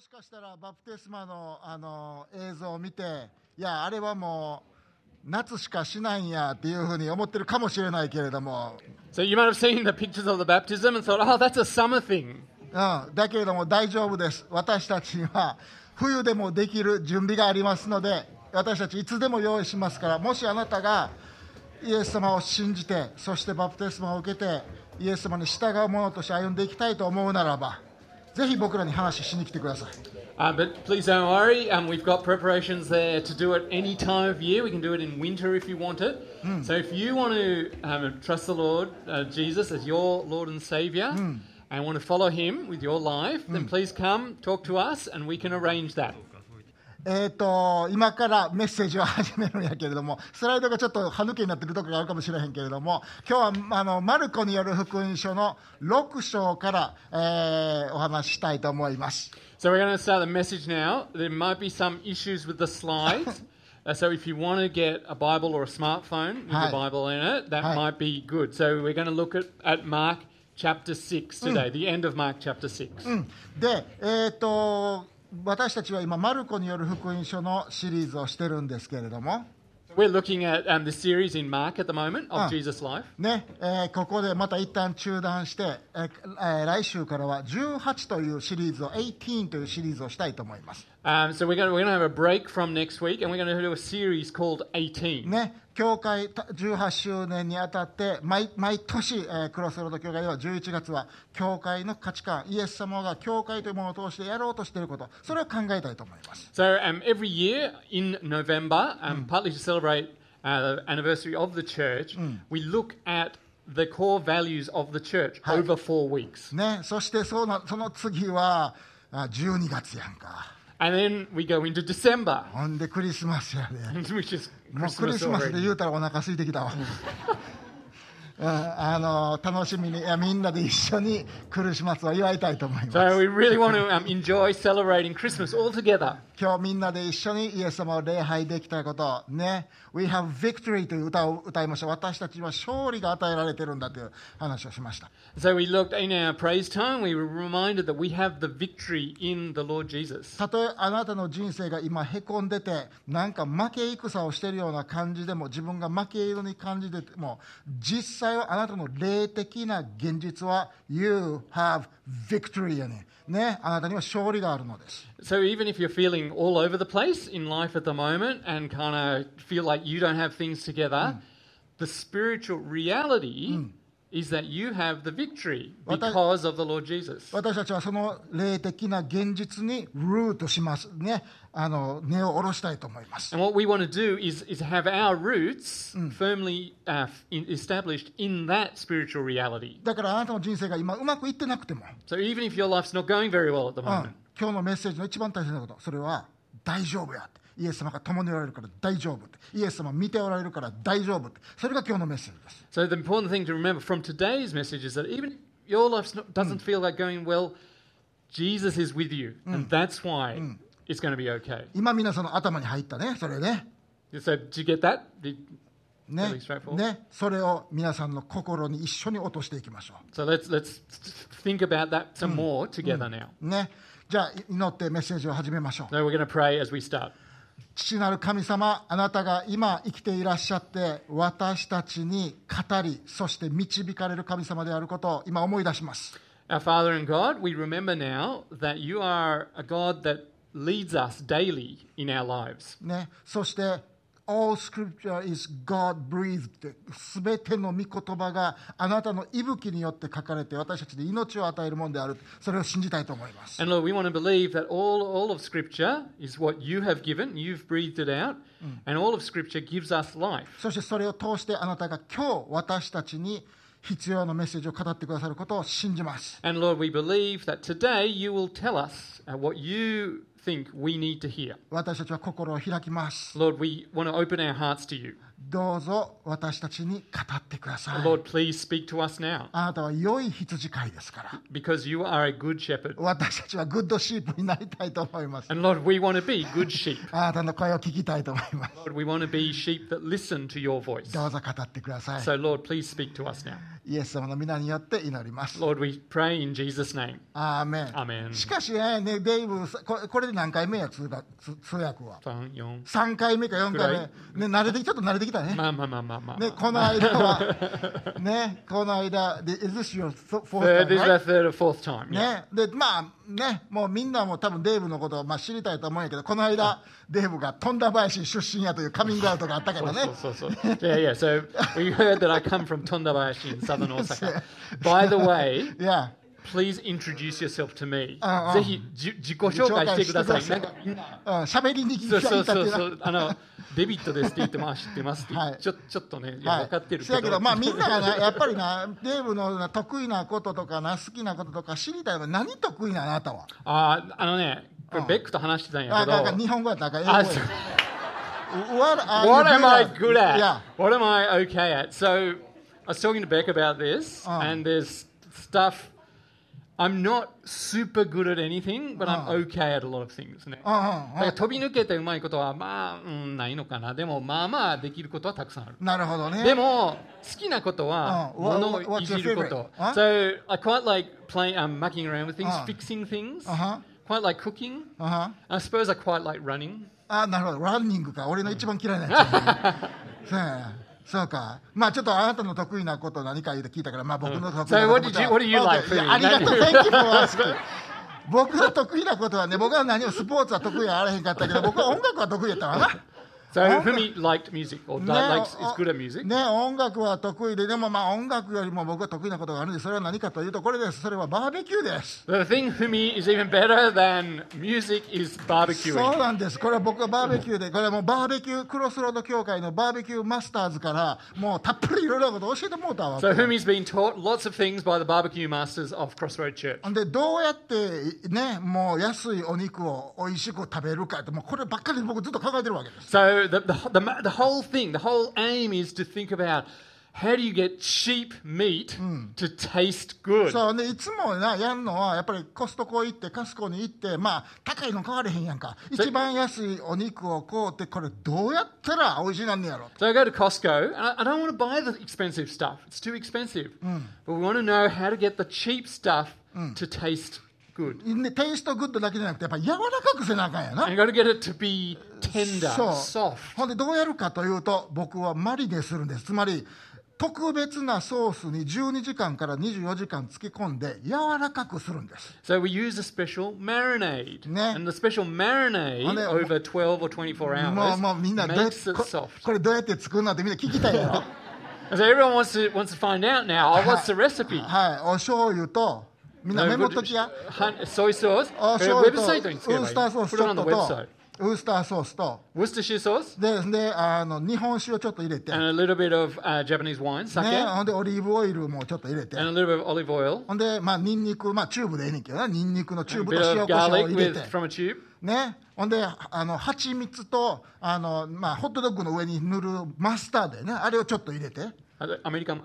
しかしたらバプテスマのあの映像を見て、いや、あれはもう夏しかしないんやっていうふうに思ってるかもしれないけれども、 So you might have seen the pictures of the baptism and thought, oh, that's a summer thing. うん、だけれども大丈夫です、私たちには冬でもできる準備がありますので、私たちいつでも用意しますから、もしあなたがイエス様を信じて、そしてバプテスマを受けて、イエス様に従う者として歩んでいきたいと思うならば、ぜひ僕らに話しに来てください。 Um, but please don't worry, um, we've got preparations there to do it any time of year. We can do it in winter if you want it. So if you want to um, trust the Lord uh, Jesus as your Lord and Savior and want to follow Him with your life, then please come talk to us and we can arrange that. えー、と今からメッセージを始めるんやけれども、スライドがちょっと歯抜けになってるところがあるかもしれへんけれども、今日はあのマルコによる福音書の6章から、えーお話ししたいと思います。 So we're going to start the message now. There might be some issues with the slides. Uh, so if you want to get a Bible or a smartphone with Hi. a Bible in it, that Hi. might be good. So we're going to look at, at Mark chapter 6 Mm. today, the end of Mark chapter 6. で、えー、と私たちは今、マルコによる福音書のシリーズをしてるんですけれども、 We're looking at um, the series in Mark at the moment of Ah. Jesus' life. ねえーここでまた一旦中断して、えーえー来週からは18というシリーズを、18というシリーズをしたいと思います。 Um, so we're going to we're going to have a break from next week and we're going to do a series called 18. ね、教会た18周年にあたって毎毎年、えークロスロード教会では11月は教会の価値観イエス様が教会というものを通してやろうとしていることそれを考えたいと思います、 So um, every year in November, um, partly to celebrate uh, the anniversary of the church, we look at the core values of the church Hi. over four weeks. ね、そしてそうなその次はあ12月やんか And then we go into December, ほんでクリスマスやで、 which is もうクリ Christmas スマスで already. 言うたらお腹空いてきたわ、 うん、あの楽しみにいやみんなで一緒にクリスマスを祝いたいと思います So we really want to um, enjoy celebrating Christmas all together. 今日みんなで一緒にイエス様を礼拝できたこと、ね、We have victory という歌を歌いました。私たちには勝利が与えられてるんだという話をしました。 So we looked in our praise time, we were reminded that we have the victory in the Lord Jesus. たとえあなたの人生が今へこんでて、なんか負け戦をしてるような感じでも、自分が負け色に感じてても、実際はあなたの霊的な現実は、You have victory やねん。ね、あなたには勝利があるのです。 So even if you're feeling all over the place in life at the moment and kind of feel like you don't have things together, the spiritual reality is that you have the victory What I- because of the Lord Jesus. 私たちはその霊的な現実にルートしますねあの根を下ろしたいと思います、 And what we want to do is, is have our roots firmly uh, f- in, established in that spiritual reality. だからあなたの人生が今うまくいってなくても、 So even if your life's not going very well at the うん moment, 今日のメッセージの一番大切なことそれは大丈夫やってイエス様が共におられるから大丈夫ってイエス様見ておられるから大丈夫ってそれが今日のメッセージです、 So the important thing to remember from today's message is that even if your life doesn't feel like going well, Jesus is with you, and that's why it's going to be okay. 今皆さんの頭に入ったねそれね So did you get that? Did- ね Really straightforward. ねそれを皆さんの心に一緒に落としていきましょ So let's let's think about that some more together now. うねじゃあ祈ってメッセージを始めましょう So we're going to pray as we start. 父なる神様あなたが今生きていらっしゃって私たちに語りそして導かれる神様であることを今思い出します Our Father in God, we remember now that you are a God that leads us daily in our lives. ねそして All scripture is God breathed すべての御言葉があなたの息吹によって書かれて私たちに命を与えるものであるそれを信じたいと思います、 And Lord, we want to believe that all, all of Scripture is what you have given, you've breathed it out, and all of Scripture gives us life. そしてそれを通してあなたが今日私たちに必要なメッセージを語ってくださることを信じます And Lord, we believe that today you will tell us uh, what you think we need to hear. 私たちは心を開きます。 Lord, we want to open our hearts to you. どうぞ私たちに語ってください。 Lord, please speak to us now あなたは良い羊飼いですから、 because you are a good shepherd. 私たちはグッドシープになりたいと思います。 And Lord, we want to be good sheep. あなたの声を聞きたいと思います。 Lord, we want to be sheep that listen to your voice. どうぞ語ってくださ So, Lord, please speak to us now. い。イエス様の皆によって祈ります。 Lord, we pray in Jesus' name. アーメン。アーメンしかしね、ねデイブさこれ、これで何回目や、通学通通訳は。 Fang yong. 3回目か4ぐら回い目。ね、慣れてきちょっと慣れてきたね。 Ma, ma, ma, ma, ma. ね、この間は、ね、この間、で Is this your th- fourth time, Third, this is our right? third or fourth time. Yeah. ね、で、まあね、もうみんなも多分デーブのことをまあ知りたいと思うんやけど、この間、デーブが富田林出身やというカミングアウトがあったからね So,。so, so. Yeah, yeah. So we heard that I come from Tondabayashi in southern Osaka. By the way, いや、 please introduce yourself to me. ああぜひじ自己紹介してください。なんかみんなうん喋りに行そうきたそいうたってそいううそな。 う、あの、デビットですって言ってます、知ってますって、はいちょちょっとね、いやはい分かってるけせど、やけど、まあ、みんなが な、やっぱりな、デーブのな得意なこととかな、好きなこととか知りたいの、何得意なのあなたは。あああのね、これベックと話してたんやあ、けだからど、日本語やったらあかあん英語そう Ah. や。What are you What am I good at? good at? Yeah. What am I okay at? So I was talking to Beck about this, Uh. and there's stuff. I'm not super good at anything, but Ah. I'm okay at a lot of things. ねうんだうんかうら飛び抜けてうまいことはまあ、うん、ないのかなでもまあまあできることはたくさんあるん。なるほどね。でも好きなことはうん What- 物をいじるこ what's と your favorite? So I quite like playing um, mucking around with things うん fixing things あは quite like cooking あは I suppose I quite like running あ、なるほど。ランニングか。俺の一番嫌いなやつやね。 そうやそうか。まあちょっとあなたの得意なこと何か言うて聞いたから、まあ僕の得意なこと。 So what did you- what do you Okay. like? いやありがとう。何 Thank you for asking. 僕の得意なことはね、僕は何もスポーツは得意やあらへんかった けど、僕は音楽は得意やったわな。 So Oh. Fumi liked music or ね likes お is good at music ね、音楽は得意で、でもまあ音楽よりも僕は得意なことがあるんで、それは何かというと、これです。それはバーベキューです。 The thing Fumi is even better than music is そう barbecuing なんです。これは僕はバーベキューで、これはもうバーベキュー、クロスロード協会のバーベキューマスターズから、もうたっぷりいろいろなこと教えてもらったわ。 So Fumi's been taught lots of things by the barbecue masters of Crossroad Church でどうやってねもう安いお肉を美味しく食べるかってもうこればっかり僕ずっと考えてるわけです So the, the, the, ma- the whole thing, the whole aim is to think about how do you get cheap meat to taste good. そうねいつもなやんのはやっぱりコストコ行ってカスコに行ってまあ高いの買われへんやんか一番安いお肉を買うてこれどうやったら美味しいなんねやろ so I go to Costco, and I, I don't want to buy the expensive stuff. It's too expensive. But we want to know how to get the cheap stuff to taste good. でテイストグッドだけじゃなくてやっぱ柔らかくせなあかんやな And you got to get it to be tender, そう soft. ほんでどうやるかというと僕はマリネするんですつまり特別なソースに12時間から24時間漬け込んで柔らかくするんです So we use a special marinade. Ne. And the special marinade Oh, ne. over 12 or 24もう hours もうみんなどうやっ makes て it こ soft. これどうやって作るのってみんな聞きた いやろ And So everyone wants to, wants to find out now, oh, what's the recipe? はいお醤油とみんなメモっときや Hun- soy sauce. お Uh, 醤 website 油とウ don't scare ー me. スターソース Put ち it ょっ on the とと website. ウースターソースと Worcestershire sauce でであの日本酒をちょっと入れて、ね、and a little bit of uh, Japanese wine, sake, ほんでオリーブオイルもちょっと入れて and a little bit of olive oil, ほんでまあニンニクまあチューブでええねんけどなニンニクのチュー a ブ bit と塩コシ of ョウを garlic 入れ with て from a tube, ねほんであの蜂蜜とあのまあホットドッグの上に塗るマスタードやねあれをちょっと入れて uh, American mustard.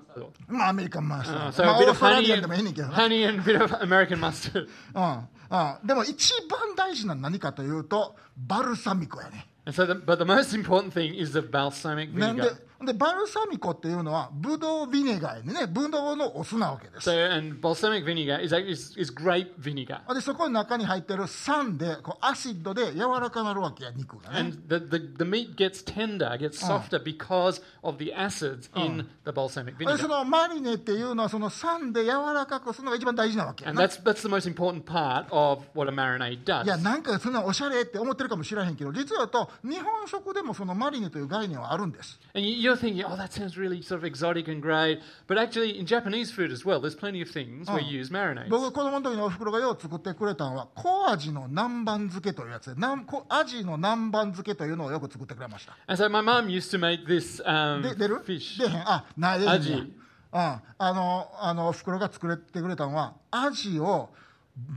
まあアメリカンマスタ Uh, ー so ド、ま a あオ bit ー of ストラ honey リアン and, でもええねんけどな honey and a bit of American mustard. うんうん、でも一番大事なのは何かというとバルサミコやね And so, the, but the most important thing is the balsamic ねで vinegar. でバルサミコっていうのはブドウビネガーやねねブドウのお酢なわけです So and balsamic vinegar is, act- is is grape vinegar. でそこの中に入ってる酸でこうアシッドで柔らかなるわけや肉がね And the, the, the meat gets tender, gets Oh。 softer because of the acids in the balsamic でそ vinegar. のマリネっていうのはその酸で柔らかくするのが一番大事なわけや And な that's that's the most important part of what a marinade いや does. なんかそんなおしゃれって思ってるかもしれへんけど実はと日本食でもそのマリネという概念はあるんです And you- you're thinking, oh, that sounds really sort of exotic and great. But actually, in Japanese food as well, there's plenty of things where you use marinades. 僕子供の時におふくろがよう作ってくれたのは小アジの南蛮漬けというやつでなんこアジの南蛮漬けというのをよく作ってくれました And so my mum used to make this で um, 出る fish. 出へんあない出へんねやアジうんあのあのおふくろが作ってくれたのはアジを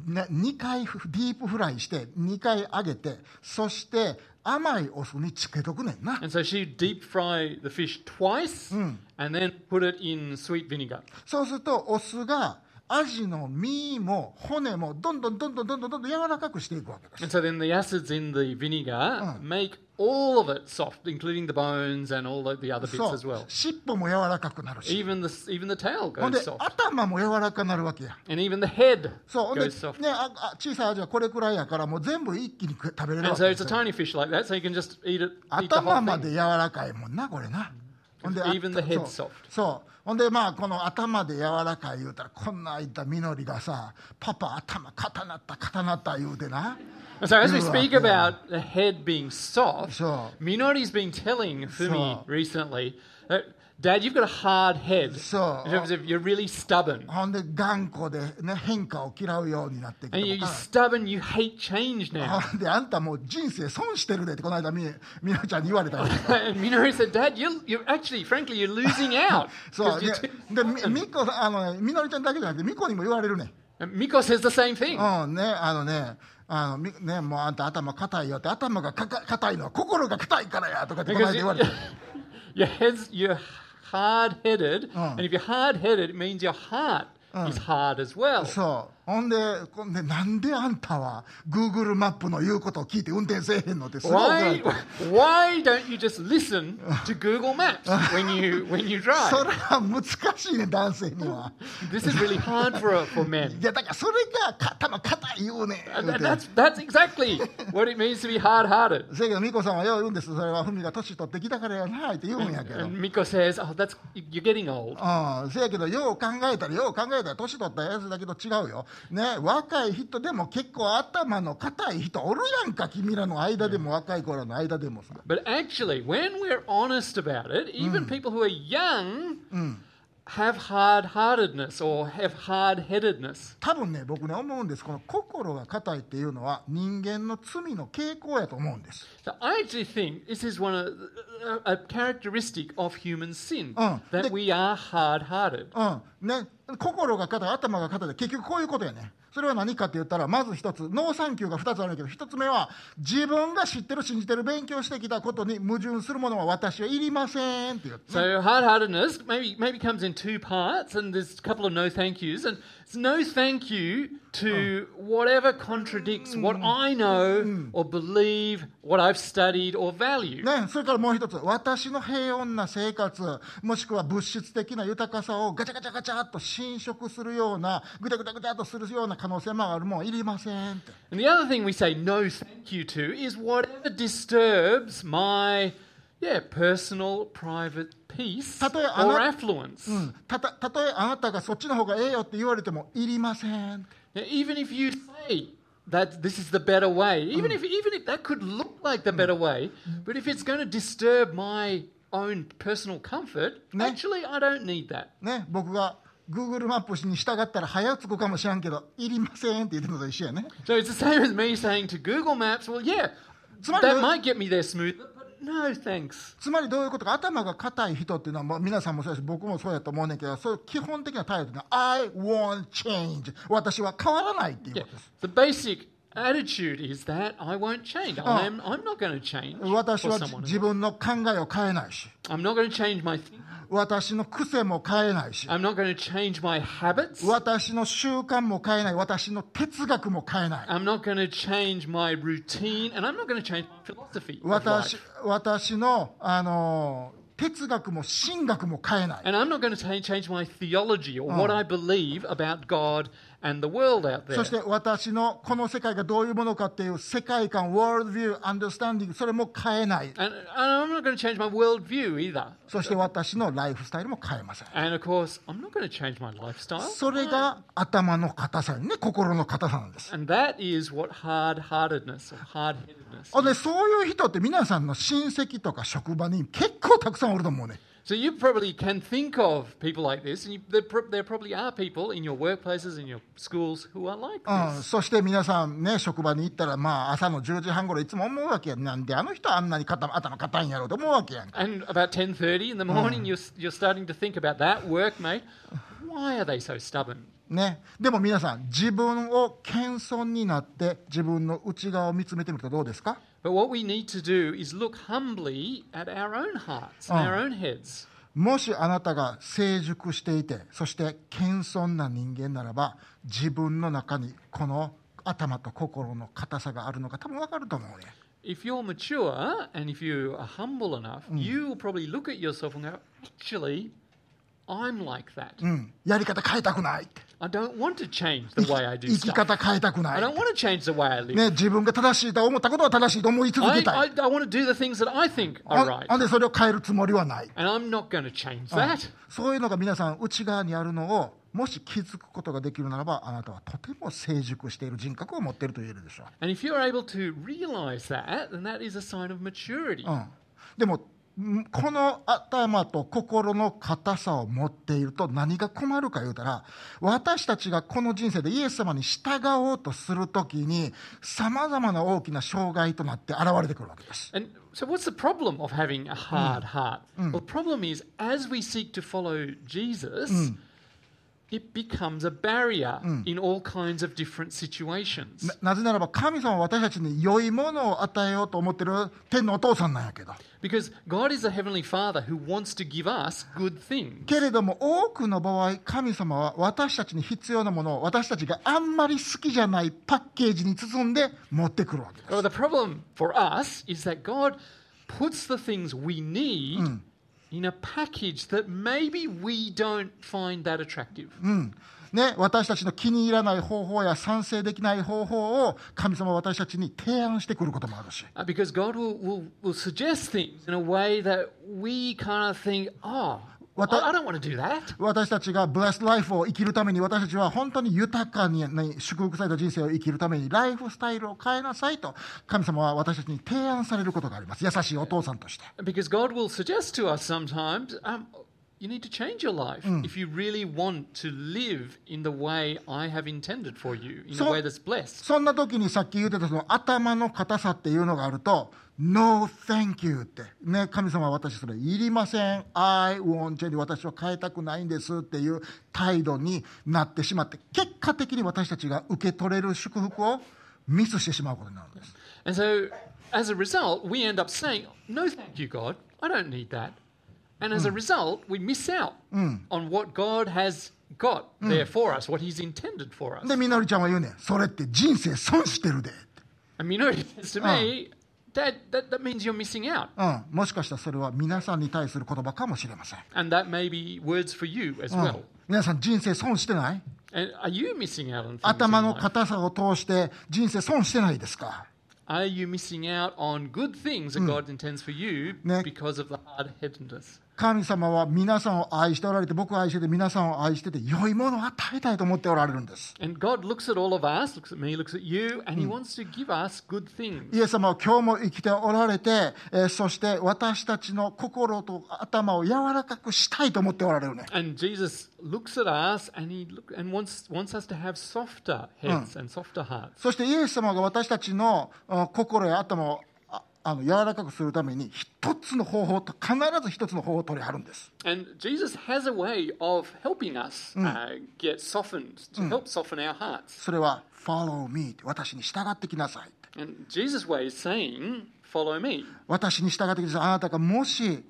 ね、2回フディープフライして2回揚げてそして甘いお酢につけとくねんな And so she deep fry the fish twice and then put it in sweet vinegar. そうするとお酢がアジの身も骨もどんどんどんどんどんどんどんどん柔らかくしていくわけです And so then the acids in the vinegar make all of it soft, including the bones and all of the other bits そう as well. 尻尾も柔らかくなるし Even the, even the tail ほんで goes soft. 頭も柔らかくなるわけや And even the head そうほんで、ね goes soft. ああ小さいアジはこれくらいやからもう全部一気に食べれるわ And け so で it's す a よ tiny fish like that, so you can just eat it. Eat the 頭 whole ま thing. で柔らかいもんなこれなほんであ Even the head そう soft. そうほんでまあこの頭で柔らかい言うたらこんなん言ったみのりがさパパ頭固なった固なった言うてな And so as we You are- speak yeah. about the head being soft, Sure. Minori's been telling Fumi Sure. recently that Dad, you've got a hard head. Sure. In terms of you're really stubborn. ほんで頑固で、ね、変化を嫌うようになってきて And you- も you're stubborn, you hate change now. ほんであんたもう人生損してるでってこの間みみのりちゃんに言われたよ and Minori said, Dad, you're, you're actually, frankly, you're losing out. そう because で you're too- でみみこあの、ね、みのりちゃんだけじゃなくてみこにも言われるねん And Miko says the same thing. うんね、あのね、あのみねもうあんた頭硬いよって、頭がかか硬いのは心が硬いからやとかってこの Because 間言わ you, れて、 your head's, you're hard headed. Oh. And if you're hard headed, it means your heart is hard as well. そう、ほんで、こんでなんであんたは Google マップの言うことを聞いて運転せえへんのってすごい怒られ Why, て、 why don't you just listen to Google Maps when you when you そ drive? れは難しいね、男性には。 This is really hard for for men. いや、だからそれがか頭硬い言うねん And 言う that- て。 that's that's exactly what it means to be hard-hearted. せやけど、美子さんはよう言うんです、それは文が年取ってきたからやなって言うんやけど。 And Miko says, "Oh, that's you're getting old." うん、せやけど、よう考えたら、よう考えたら、年取ったやつだけど違うよ。ね、若い人でも結構頭の硬い人おるやんか、君らの間でも、若い頃の間でもさ。 But actually, when we're honest about it, even people who are young have hard-heartedness or have hard-headedness. 多分ね、僕ね、思うんです。この心が硬いっていうのは、人間の罪の傾向やと思うんです。 So I actually think this is one of a, a characteristic of human sin Oh, the- that we are hard-hearted. うん。ね、心が硬い、頭が硬いで、結局こういうことやね。それは何かって言ったら、まず一つ、ノーサンキューが二つあるんやけど、一つ目は、自分が知ってる、信じてる、勉強してきたことに矛盾するものは私はいりませんって言って。 So hard-heartedness maybe maybe comes in two parts, and there's a couple of no thank yous, and it's no thank you to whatever contradicts what I know or believe, what I've studied or value. ね、それからもう一つ、私の平穏な生活、もしくは物質的な豊かさをガチャガチャガチャっと侵食するような、ぐちゃぐちゃぐちゃっとするような可能性もあるもん、いりませんって。 And the other thing we say no thank you to is whatever disturbs my yeah personal private peace Tatoe or ana- affluence. うんたたたとえあなたがそっちの方がええよって言われても、いりません。 Now, even if you say that this is the better way, even if even if that could look like the better way, but if it's going to disturb my own personal comfort, No. actually I don't need that. ね、僕が Google マップに従ったら早着くかもしらんけど、いりませんって言ってるのと一緒やね。 So it's the same as me saying to Google Maps, well, yeah, Somebody that knows- might get me there smooth, but no thanks. つまりどういうことか、頭が硬い人っていうのは、もう皆さんもそうやし、僕もそうやと思うねんけど、そういう基本的な態度っていうのは、I want change。私は変わらないっていう Yeah. ことです。 The basic attitude is that I won't change. I'm I'm not going to change. for 私はじ someone 自 else. 分の考えを変えないし I'm not going to change my. Th- 私の癖も変えないし I'm not going to change my habits. 私の習慣も変えない私の哲学も変えない I'm not going to change my routine, and I'm not going to change my philosophy. Of 私 life. 私の、あのー哲学も神学も変えない And I'm not going to ta- change my theology or what I believe about God and the world out there. そして私のこの世界がどういうものかっていう世界観、ワールドビュー、アンダースタンディング、それも変えない、 And, and I'm not going to change my worldview either. そして私のライフスタイルも変えません。 And of course, I'm not going to change my lifestyle. それが頭の硬さにね、心の硬さなんです。 And that is what hard heartedness or hard headedness. あでそういう人って皆さんの親戚とか職場に結構たくさんおると思うね。 So you probably can think of people like this, and you, there, pro- there probably are people in your workplaces, in your schools, who are like う this. ん、そして皆さんね、職場に行ったら、まあ、朝の10時半ごろいつも思うわけやん。なんであの人あんなに頭頭硬いんやろうと思うわけやんか。 And about Ah. 10:30 in the morning, you're, you're starting to think about that workmate. Why are they so stubborn? ね、でも皆さん自分を謙遜になって自分の内側を見つめてみるとどうですか But what we need to do is look humbly at our own hearts and our own heads. もしあなたが成熟していてそして謙遜な人間ならば自分の中にこの頭と心の硬さがあるのが多分わかると思うね If you're mature and if you are humble enough, you will probably look at yourself and go, actually, I'm like that. うんやり方変えたくないって I don't want to change the way I 生 do き stuff. 方変えたくな I いっ don't て want to change the way I live. ね、自分が正しいと思ったことは正しいと思い続 I, けたい I, I want to do the things that I Ah. think are あ right. あんでそれを変えるつもりはない And I'm not going to change that. そういうのが皆さん内側にあるのをもし気づくことができるならばあなたはとても成熟している人格を持っていると言えるでしょ And if you're able to realize that, then that is a sign of maturity. う、うん、でもんこの頭と心の硬さを持っていると何が困るか言うたら私たちがこの人生でイエス様に従おうとするときにさまざまな大きな障害となって現れてくるわけです。 And so, what's the problem of having a hard heart? Well, the problem is as we seek to follow Jesus, it becomes a barrier in all kinds of different situations. ななぜならば神様は私たちに良いものを与えようと思っている天のお父さんなんやけど。 Because God is a heavenly Father who wants to give us good things. けれども多くの場合神様は私たちに必要なものを私たちがあんまり好きじゃないパッケージに包んで持ってくるわけです Well, the problem for us is that God puts the things we need in a package that maybe we don't find that attractive. ね、私たちの気に入らない方法や賛成できない方法を神様は私たちに提案してくることもあるし Uh, because God will, will, will suggest things in a way that we kind of think, oh, What the- I, I don't want to do that. 私たちがブラスライフを生きるために私たちは本当に豊かにに祝福された人生を生きるためにライフスタイルを変えなさいと神様は私たちに提案されることがあります優しいお父さんとして Because God will suggest to us sometimes, um, you need to change your life Mm. if you really want to live in the way I have intended for you, in So- a way that's blessed. そんな時にさっき言ってたその頭の硬さっていうのがあると、No, thank you って、ね、神様は私それいりません、I want change 私は変えたくないんですっていう態度になってしまって、結果的に私たちが受け取れる祝福をミスしてしまうことになるんです。 And so, as a result, we end up saying, No, thank you, God. I don't need that. And Mm. as a result, we miss out on what God has got there Mm. for us, what He's intended for us. で、みのりちゃんは言うねん、それって人生損してるでって。 And Minori says to me, Dad, that, that means you're missing out. うん、もしかしたらそれは皆さんに対する言葉かもしれません。 And that may be words for you as うん well. 皆さん人生損してない And are you missing out on things? in 頭の life? 硬さを通して人生損してないですか Are you missing out on good things that God intends for you Ne- because of the hard headedness? 神様は皆さんを愛しておられて、僕を愛してて、皆さんを愛してて、良いものを与えたいと思っておられるんです。 And God looks at all of us, looks at me, looks at you, and He wants to give us good things. イエス様は今日も生きておられて、えーそして私たちの心と頭を柔らかくしたいと思っておられるね。 And Jesus looks at us and He look, and wants, wants us to have softer heads and softer hearts. そしてイエス様が私たちのあ心や頭をああの柔らかくするために、一つの方法と、必ず一つの方法を取り張るんです。 And Jesus has a way of helping us uh, get softened, to help soften our hearts. それは、follow me って私に従ってきなさいって。 And Jesus' way is saying, Follow me. 私に従ってください。あなたがもし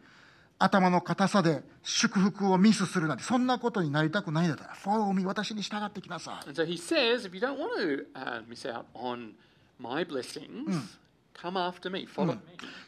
頭の硬さで祝福をミスするなんて、そんなことになりたくないんだったら、follow me、私に従ってきなさい。 And so He says, If you don't want to uh, miss out on my blessings, come after me, follow me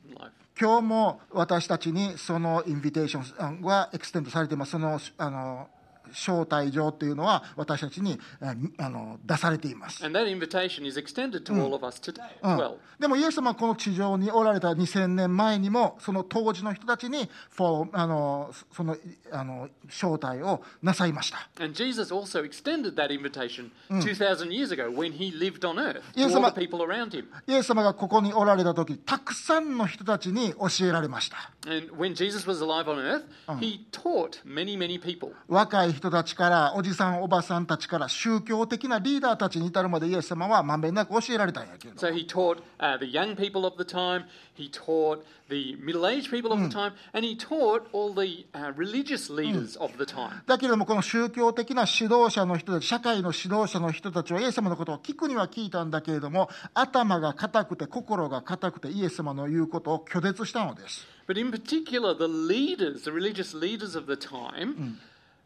in life. 今日も私たちにそのインビテーションはエクステンドされています。その、あの、招待状というのは私たちにああの出されています。 And that invitation is extended to all of us today as うん well. でもイエス様はこの地上におられた2000年前にもその当時の人たちに for あのそのあの招待をなさいました。 And Jesus also extended that invitation 2,000 years ago when he lived on earth Yes, to all the I'm a- people around him. イエス様がここにおられた時たくさんの人たちに教えられました And when Jesus was alive on earth, he taught many, many people. 若い人人たちからおじさんおばさんたちから宗教的なリーダーたちに至るまでイエス様はまんべんなく教えられたんやけど So he taught uh, the young people of the time, he taught the middle aged people of the time, and he taught all the uh, religious leaders of the time. だけれどもこの宗教的な指導者の人たち社会の指導者の人たちはイエス様のことを聞くには聞いたんだけれども頭が固くて心が固くてイエス様の言うことを拒絶したのです But in particular, the leaders, the religious leaders of the time,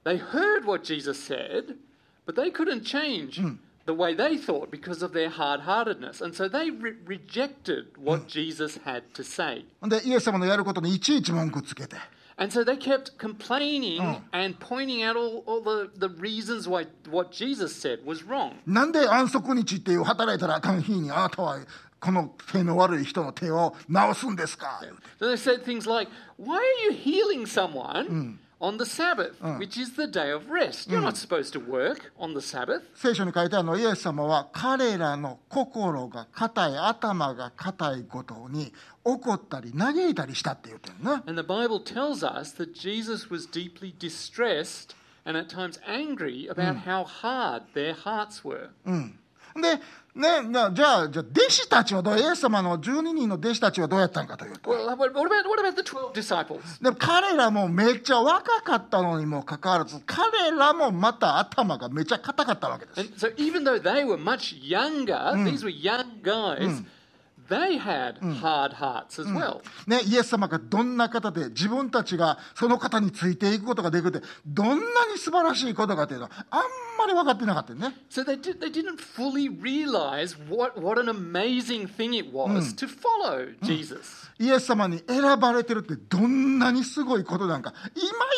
they heard what Jesus said, but they couldn't change the way they thought because of their hard heartedness. And so they re- rejected what Jesus had to say. でイエス様のやることにいちいち文句つけて And so they kept complaining and pointing out all, all the, the reasons why what Jesus said was wrong. なんで安息日っていう働いたらあかん日にあなたはこの手の悪い人の手を治すんですか言うて So they said things like, Why are you healing someone on the Sabbath, which is the day of rest? You're not supposed to work on the Sabbath. 聖書に書いてあるのはイエス様は彼らの心が硬い頭が硬いことに怒ったり嘆いたりしたって言うてるな And the Bible tells us that Jesus was deeply distressed and at times angry about how hard their hearts were. Mm. でねなじゃあじゃあ弟子たちはどうイエス様の12人の弟子たちはどうやったんかというと Well, what what about, what about the 12 disciples? でも彼らもめっちゃ若かったのにもかかわらず彼らもまた頭がめちゃ硬かったわけです And so, even though they were much younger, these were young guys, they had hard hearts as well. ね、イエス様がどんな方で自分たちがその方についていくことができるってどんなに素晴らしいことかというのはあんまり分かってなかったよね So, they, did, they didn't fully realize what, what an amazing thing it was to follow Jesus. イエス様に選ばれてるってどんなにすごいことなんかい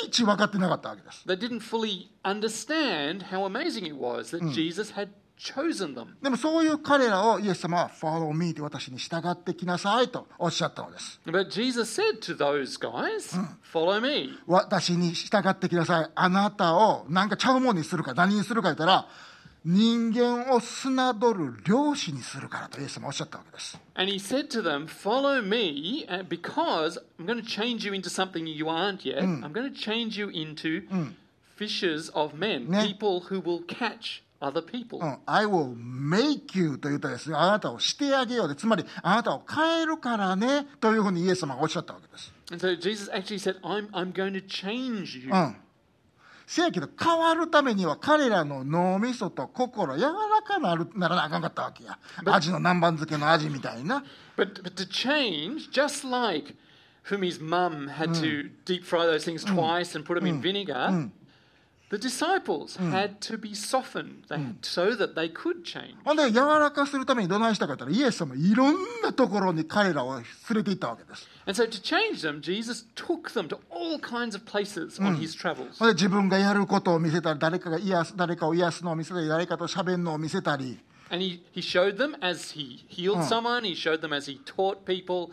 まいち分かってなかったわけです They didn't fully understand how amazing it was that Jesus had chosen them. でもそういう彼らをイエス様は「Follow me」って私に従ってきなさいとおっしゃったのです But Jesus said to those guys, Follow me. 私に従ってきなさいあなたをなんかちゃうもんにするか何にするか言ったら人間を砂取る漁師にするからとイエス様はおっしゃったわけです And he said to them, Follow me uh, because I'm going to change you into something you aren't yet. I'm going to change you into fishers of men, Ne. people who will catch other people. うん I will make you と言ったらですね、あなたをしてあげようで、つまりあなたを変えるからねというふうにイエス様がおっしゃったわけです。 And so Jesus actually said, I'm, I'm going to change you. うん。せやけど変わるためには彼らの脳みそと心柔らかなるならなあかんかったわけや。アジの南蛮漬けのアジみたいな。 But, but to change, just like Fumi's mum had to deep fry those things twice and put them in vinegar, the disciples had to be softened they had, so that they could change. ほんで柔らかするためにどないしたかと言ったらイエス様いろんなところに彼らを連れて行ったわけです。 And so to change them, Jesus took them to all kinds of places on his travels. ほんで自分がやることを見せたり、誰かが癒す、誰かを癒すのを見せたり、誰かと喋るのを見せたり。 And he, he showed them as he healed someone, he showed them as he taught people,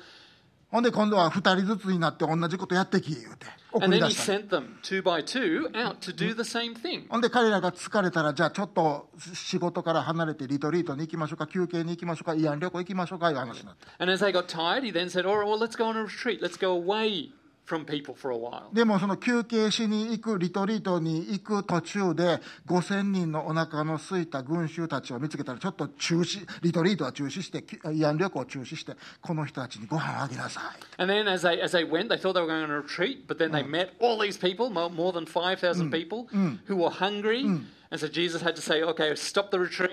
ほんで今度は2人ずつになって同じことやってき言うて送 and り出 then he したり sent them two by two out to do the same thing. ほんで彼らが疲れたらじゃあちょっと仕事から離れてリトリートに行きましょうか休憩に行きましょうか慰安旅行行きましょうかいう話になって And as they got tired, he then said, All right, well, let's go on a retreat, let's go away from people for a while. でもその休憩しに行くリトリートに行く途中で5000人のお腹の空いた群衆たちを見つけたらちょっと中止リトリートは中止してき慰安旅行を中止してこの人たちにご飯をあげなさい And then as they, as they went, they thought they were going on a retreat, but then they met all these people, more, more than 5,000 people, who were hungry. And so Jesus had to say, okay, stop the retreat.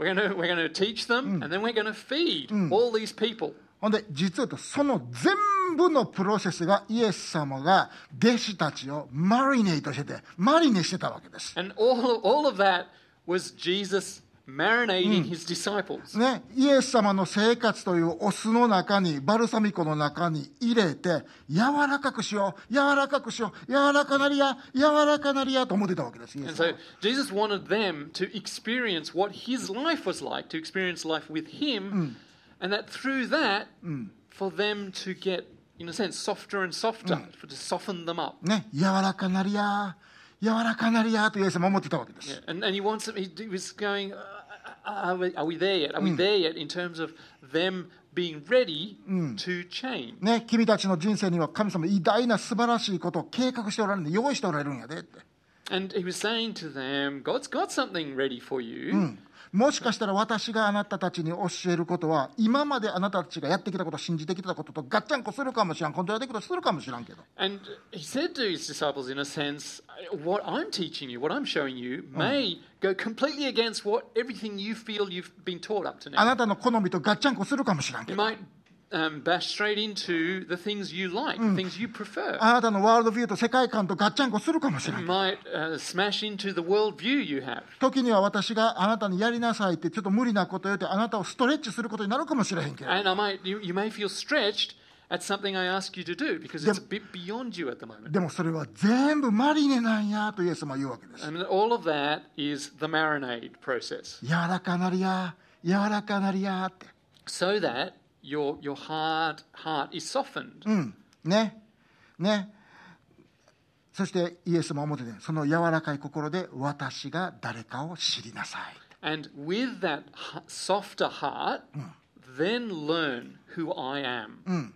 We're going we're gonna teach them, and then we're going to feed all these people. ほんで実は言うとその全部のプロセスがイエス様が弟子たちをマリネートしててマリネしてたわけです、 And all, all of that was Jesus marinating his disciples. ね、イエス様の生活というお酢の中にバルサミコの中に入れて柔らかくしよう柔らかくしよう柔らかなりや柔らかなりやと思ってたわけですイエス And 様 so Jesus wanted them to experience what his life was like, to experience life with him, and that through that, for them to get, in a sense, softer and softer, for, to soften them up. ね柔らかなりや柔らかなりやとイエス様は思ってたわけです、 And, and he wants them, he, he was going, uh, are, we, are we there yet? Are we there yet in terms of them being ready to change? ね、君たちの人生には神様偉大な素晴らしいことを計画しておられるんで用意しておられるんやでって And he was saying to them, God's got something ready for you. もしかしたら私があなたたちに教えることは今まであなたたちがやってきたこと信じてきたこととガッチャンコするかもしらんコントラディクトするかもしらんけど And he said to his disciples, in a sense, what I'm teaching you, what I'm showing you, may go completely against what everything you feel you've been taught up to あ now. なたの好みとガッチャンコするかもしらんけ You ど might um, bash straight into the things you like, the things you prefer. あなたのワールドビューと世界観とガッチャンコするかもしら You ん might uh, smash into the worldview you have. 時には私があなたにやりなさいってちょっと無理なこと言ってあなたをストレッチすることになるかもしれへんけど And I might, you, you may feel stretched at something I ask you to do because it's a bit beyond you at the moment. でもそれは全部マリネなんやとイエス様は言うわけです And all of that is the marinade process. 柔らかなりや柔らかなりやって so that your your hard heart is softened. うんねねそしてイエス様は表でその柔らかい心で私が誰かを知りなさい And with that h- softer heart, then learn who I am.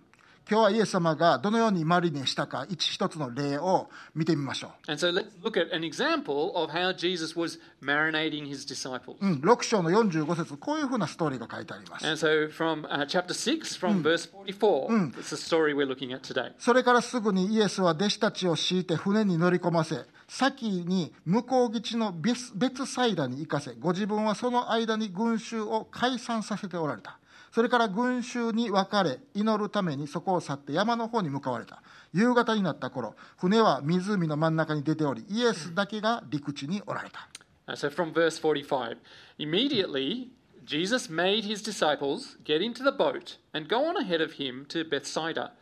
今日はイエス様がどのようにマリネしたか一一つの例を見てみましょ And so let's look at an example of how Jesus was marinating his disciples. う、うん、6章の45節こういうふうなストーリーが書いてあります And so from uh, chapter 6, from verse 44, it's the story we're looking at today. それからすぐにイエスは弟子たちを敷いて船に乗り込ませ、先に向こう岸の別別サイダに行かせ、ご自分はその間に群衆を解散させておられた。それから群衆に分かれ、祈るためにそこを去って山の方に向かわれた。夕方になった頃、船は湖の真ん中に出ており、イエスだけが陸地におられた。 Uh, so from verse 45, immediately Jesus made his disciples get into the boat and go on ahead of him to Bethsaida,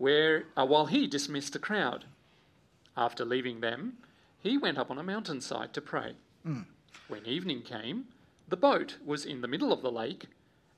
where uh, while he dismissed the crowd. After leaving them, he went up on a mountainside to pray. When evening came, the boat was in the middle of the lake,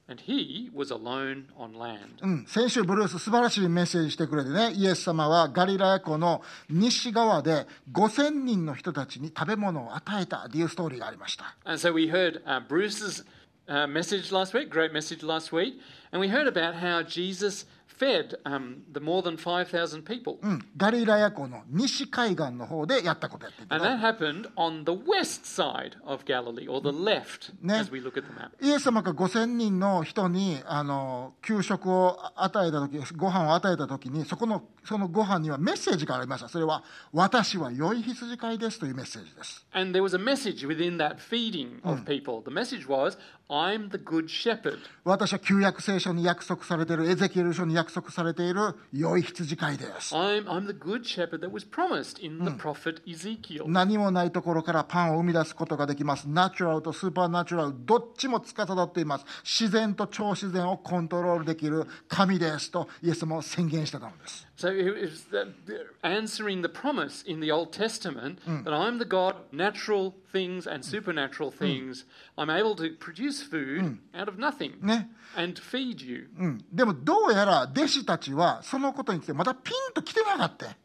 and he was alone on land. うん先週ブルース素晴らしいメッセージしてくれてねイエス様はガリラヤ湖の西側で5000人の人たちに食べ物を与えたというストーリーがありました And so we heard uh, Bruce's uh, message last week, great message last week, and we heard about how Jesus fed um, the more than 5,000 people. うんガリラヤ湖の西海岸の方でやったことやってて And that happened on the west side of Galilee, or the left, Ne- as we look at the map. イエス様が5000人の人にあの給食を与えた時ご飯を与えた時にそこのそのご飯にはメッセージがありましたそれは「私は良い羊飼いです」というメッセージです And there was a message within that feeding of people. The message was, I'm the good shepherd. 私は旧約聖書に約束されているエゼキエル書に約束されている良い羊飼いです I'm, I'm the good shepherd that was promised in the prophet Ezekiel. 何もないところからパンを生み出すことができます。ナチュラルとスーパーナチュラル、どっちも司っています。自然と超自然をコントロールできる神ですとイエス様は宣言してたのです。 So it was the- the- answering the promise in the Old Testament that I'm the God of natural things and supernatural things. I'm able to produce food out of nothing Ne. and feed you. うん、でもどうやら弟子たちはそのことについてまだピンと来てなかった。 It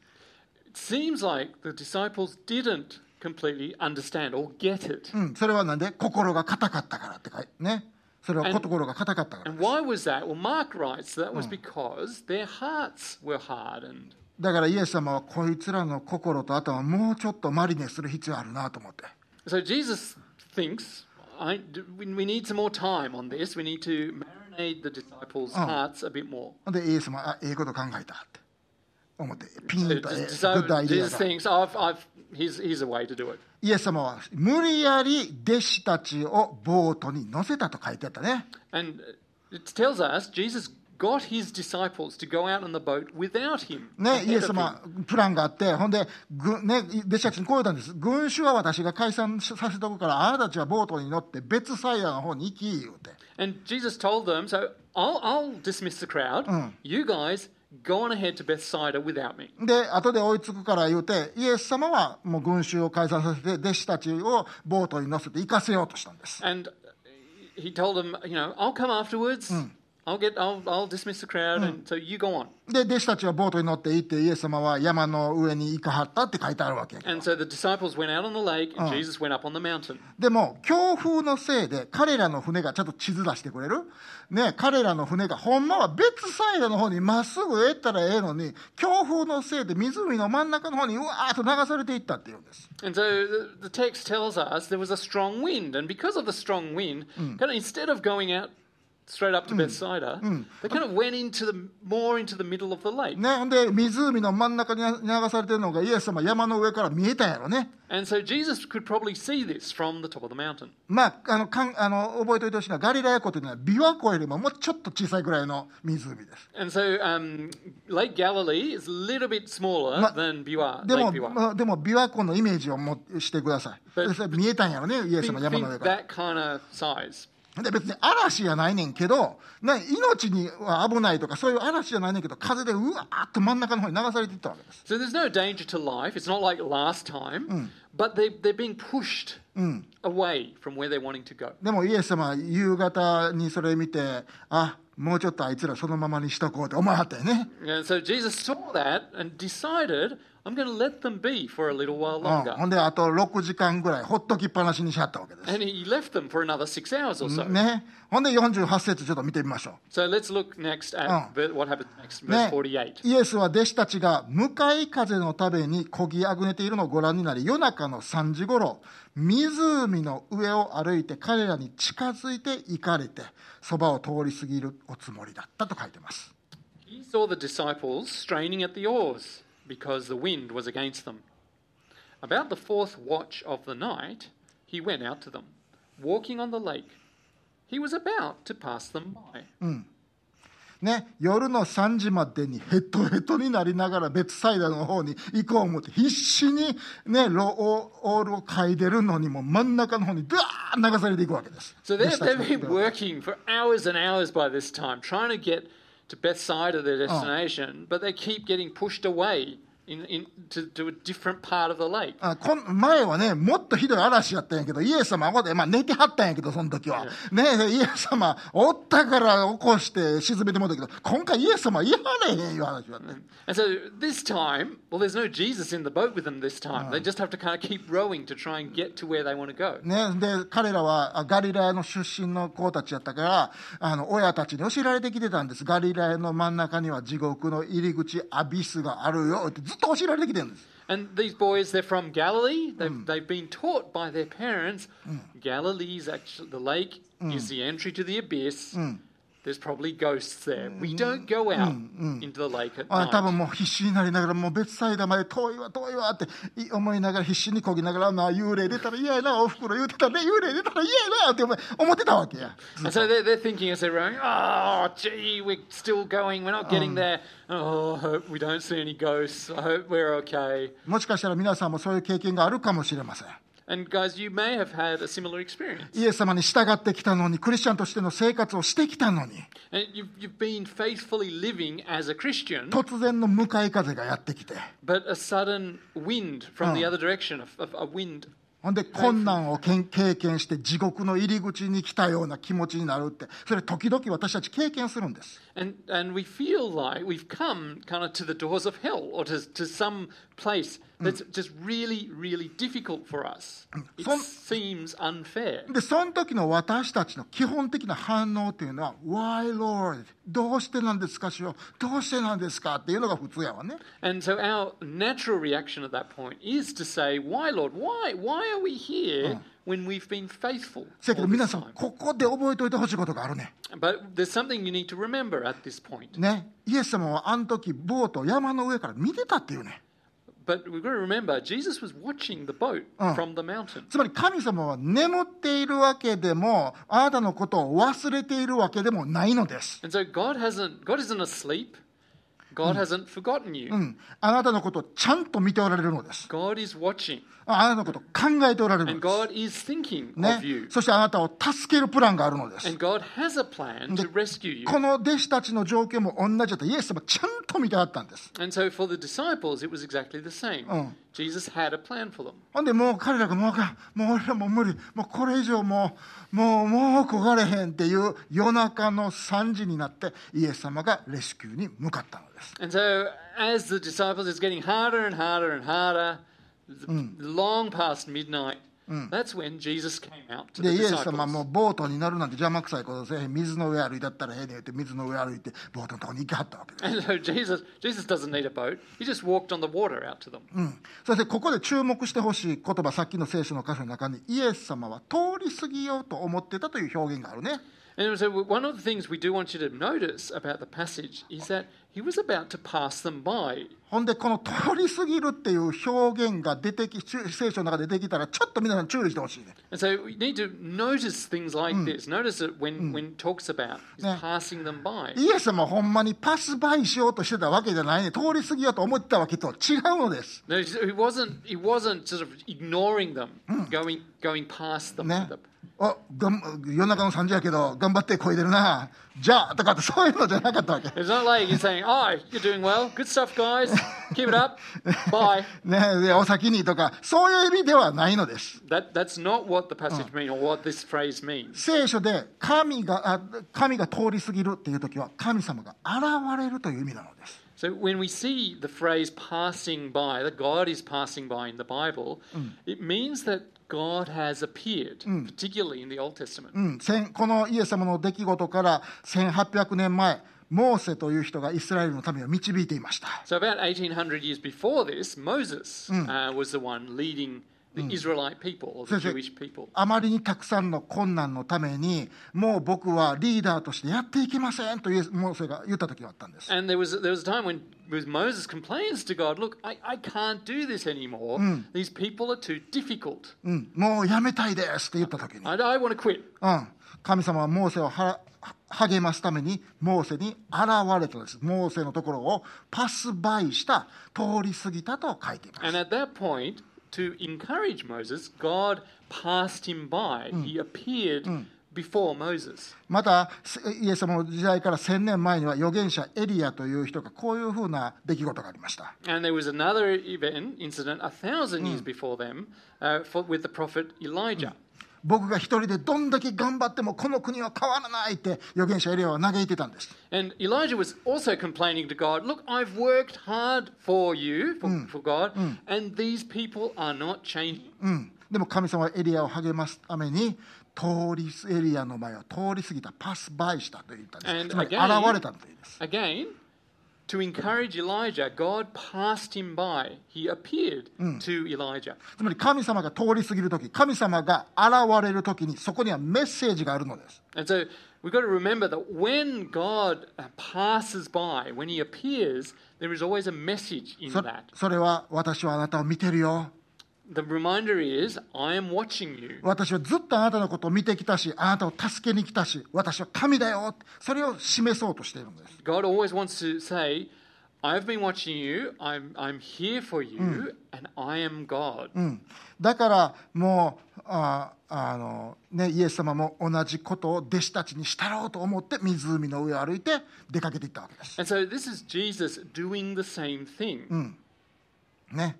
seems like the disciples didn't completely understand or get it. うん、それはなんで心が硬かったからってかいね。それは心が硬かったから And。why was that? Well, Mark writes that was because their hearts were hardened. だからイエス様はこいつらの心と頭をもうちょっとマリネする必要あるなと思って。 So Jesus thinks I, we we need some more time on this. We need to marinate the disciples' hearts a bit more. ほんでイエス様は、あ、ええこと考えたって思って、ピン It とええ、グ just- ッ so ドアイデア Jesus が。 thinks, "Oh, I've, I've, here's, here's a way to do it. イエス様は無理やり弟子たちをボートに乗せたと書いてあったね。 And it tells us Jesus got his disciples to go out on the boat without him. ね、 ahead イエ of ス him. 様、プランがあって、ほんで、ぐね、弟子たちにこう言ったんです。群衆は私が解散させておくから、あなたたちはボートに乗って別サイダーの方に行き、言うて。 And Jesus told them, so I'll, I'll dismiss the crowd. You guys go on ahead to Bethsaida without me. で、後で追いつくから言うて、イエス様はもう群衆を解散させて、弟子たちをボートに乗せて行かせようとしたんです。 And he told them, you know, I'll come afterwards. I'll get. I'll. I'll dismiss the crowd, and so you go on. で弟子たちはボートに乗って行ってイエス様は山の上に行かはったって書いてあるわけやけど And so the disciples went out on the lake, and Jesus went up on the mountain. でも強風のせいで彼らの船がちょっと地図出してくれるね彼らの船がほんまは別サイドの方にまっすぐ行ったらええのに強風のせいで湖の真ん中の方にうわーっと流されていったっていうんです And so the, the text tells us there was a strong wind, and because of the strong wind, kind of instead of going out straight up to Bethsaida, they kind of went into the more into the middle of the lake. ねほんで湖の真ん中に流されてるのがイエス様山の上から見えたんやろね And so Jesus could probably see this from the top of the mountain. まあ、あのかんあの覚えておいてほしいのはガリラヤ湖というのは琵琶湖よりももうちょっと小さいぐらいの湖です And so um, Lake Galilee is a little bit smaller Ma- than Biwa, で Lake も、 Biwa. まあでも琵琶湖のイメージをもしてください。 But- でそれ見えたんやろね、イエス様 Think, 山の上 think か that kind of size. ら。で別に嵐じゃないねんけど、ね、命には危ないとかそういう嵐じゃないねんけど、風でうわーっと真ん中の方に流されていったわけです。 So there's no danger to life. It's not like last time, but they, they're being pushed away from where they're wanting to go. でもイエス様は夕方にそれ見て、あもうちょっとあいつらそのままにしとこうって思わはったよね。 And so Jesus saw that and decided, I'm going to let them be for a little while うん、 longer. ほんであと6時間ぐらいほっときっぱなしにしはったわけです。 And he left them for another six hours or so. ね、ほんで48節ちょっと見てみましょう。 So let's look next at Oh. ver- what happens next, verse ね 48. イエスは弟子たちが向かい風のためにこぎあぐねているのをご覧になり夜中の3時ごろ湖の上を歩いて彼らに近づいて行かれてそばを通り過ぎるおつもりだったと書いてます。 He saw the disciples straining at the oars because the wind was against them. About the fourth watch of the night, he went out to them, walking on the lake. He was about to pass them by. ね、夜の3時までにヘトヘトになりながら別サイダーの方に行こう思って必死に、ね、ロオールを嗅いでるのにも真ん中の方にドワーッ流されていくわけです。 So they've, 弟子たち they've の been working for hours and hours by this time, trying to get to Bethsaida, their destination, but they keep getting pushed away in, in, to, to a different part of the lake. あこん前はね、もっとひどい嵐やったんやけど、イエス様はここで、まあ、寝てはったんやけど、その時は。ねイエス様、おったから起こして沈めてもらったけど、今回イエス様は言いはれへんいう話やった。 And so this time, well, there's no Jesus in the boat with them this time. They just have to kind of keep rowing to try and get to where they want to go. ね、で彼らはあガリラヤの出身の子たちやったからあの親たちに教えられてきてたんですガリラヤの真ん中には地獄の入り口アビスがあるよってずっと教えられてきてるんです And these boys, they're from Galilee. They've, they've been taught by their parents Galilee's actually, the lake is the entry to the abyss. There's probably ghosts there. We don't go out into the lake at あ多 night. 分もう必死になりながら、もう別サイダーまで遠いわ、遠いわってい思いながら、必死にこぎながら、まあ、幽霊出たら嫌やな、おふくろ言うてたね、幽霊出たら嫌やなって思い思ってたわけや。 And so they're, they're thinking as they're rowing, oh, gee, we're still going. We're not getting there. Oh, I hope we don't see any ghosts. I hope we're okay. もしかしたら皆さんもそういう経験があるかもしれません。 And guys, you may have had a similar experience. イエス様に従ってきたのに、クリスチャンとしての生活をしてきたのに、 And you've, you've been faithfully living as a Christian, 突然の向かい風がやってきて、 but a sudden wind from the other direction, a, a, a wind. ほんで困難をけん経験して地獄の入り口に来たような気持ちになるって、それ時々私たち経験するんです。 And, and we feel like we've come kind of to the doors of hell or to, to some place that's just really, really difficult for us. It Some- seems unfair. で、その時の私たちの基本的な反応というのは、Why Lord? どうしてなんですか、主よどうしてなんですかっていうのが普通やわね。 And so our natural reaction at that point is to say, Why, Lord? Why, why are we here when we've been faithful? せやけ all ど this 皆さん time?、ここで覚えておいてほしいことがあるね。 But there's something you need to remember at this point. ね。イエス様はあの時、ボートを山の上から見てたっていうね。 But we've got to remember, Jesus was watching the boat from the mountain. つまり神様は眠っているわけでも、あなたのことを忘れているわけでもないのです。 And so God hasn't God isn't asleep. God hasn't forgotten you. うんあなたのことをちゃんと見ておられるのです。 God is watching ああなたのことを考えておられるので and God is thinking す。ね of you.、そしてあなたを助けるプランがあるのです。 And God has a plan to rescue you. この弟子たちの状況も同じだった。イエス様ちゃんと見てあったんです。 And so for the disciples it was exactly the same. Jesus had a plan for them. ほんでもう彼らがもうあかんもう俺らもう無理もうこれ以上もうもうもう焦がれへんっていう夜中の3時になってイエス様がレスキューに向かったのです And so, as the disciples, it's getting harder and harder and harder, th- long past midnight. That's when Jesus came out to で the イエス様 disciples. もボートに乗るなんて邪魔くさいことせえへん水の上歩いたったらええでって水の上歩いてボートのとこに行きはったわけです And so Jesus, Jesus doesn't need a boat. He just walked on the water out to them. うん、そしてここで注目してほしい言葉さっきの聖書の箇所の中にイエス様は通り過ぎようと思ってたという表現があるね And so one of the things we do want you to notice about the passage is that he was about to pass them by. ほんでこの通り過ぎるっていう表現が出てき注聖書の中で出てきたらちょっと皆さん注意してほしいね And so we need to notice things like this. Notice it when, when it talks about he's Yeah. passing them by. イエス様はほんまにパスバイしようとしてたわけじゃないね通り過ぎようと思ってたわけと違うのです、 No, he wasn't. He wasn't sort of ignoring them, going going past them. ね、おがん夜中の3時やけど頑張ってこいでるなじゃあとかってそういうのじゃなかったわけ It's not like he's saying, "Oh, you're doing well. Good stuff, guys. Keep it up. Bye." ねでお先にとかそういう意味ではないのです That that's not what the passage Oh. means or what this phrase means. 聖書で神があ神が通り過ぎるっていう時は神様が現れるという意味なのです。 So when we see the phrase "passing by," that God is passing by in the Bible, Mm. it means that God has appeared, particularly in the Old Testament. うん、千このイエス様の出来事から1800年前モーセという人がイスラエルの民を導いていました。 So about 1800 years before this, Moses uh, was the one leading the Israelite people or the Mm. So- so- Jewish people. あまりにたくさんの困難のためにもう僕はリーダーとしてやっていけませんとイエスモーセが言った時があったんです。 And there was there was a time when, when Moses complains to God, "Look, I, I can't do this anymore. These people are too difficult. うん、もうやめたいですって言った時に、う I, I want to quit." ん、神様はモーセをは励ますためにモーセに現れたんです。モーセのところをパスバイした通り過ぎたと書いています。 And at that point, to encourage Moses, God passed him by. He appeared before Moses. またせイエス様の時代から1000年前には預言者エリアという人がこういうふうな出来事がありました And there was another event, incident, a thousand years before them, uh, for, with the prophet Elijah. 僕が一人でどんだけ頑張ってもこの国は変わらないって預言者エリアは嘆いてたんです And Elijah was also complaining to God, Look, I've worked hard for you, for, for God, and these people are not changing. うんでも神様はエリアを励ますために通りエリアの前を通り過ぎたパスバイしたと言ったんです And つまり現 again- れたというんです Again, to encourage Elijah, God passed him by. He appeared to Elijah. つまり神様が通り過ぎる時神様が現れる時にそこにはメッセージがあるのです And so we've got to remember that when God uh, passes by, when he appears, there is always a message in そ that. それは私はあなたを見てるよ The reminder is, I am watching you. 私はずっとあなたのことを見てきたし、あなたを助けに来たし、私は神だよ。それを示そうとしているのです。 God always wants to say, I've been watching you, I'm, I'm here for you, and I am God. Hmm. だからもうああの、ね、イエス様も同じことを弟子たちにしたろうと思って湖の上を歩いて出かけていったわけです。 And so this is Jesus doing the same thing. ね、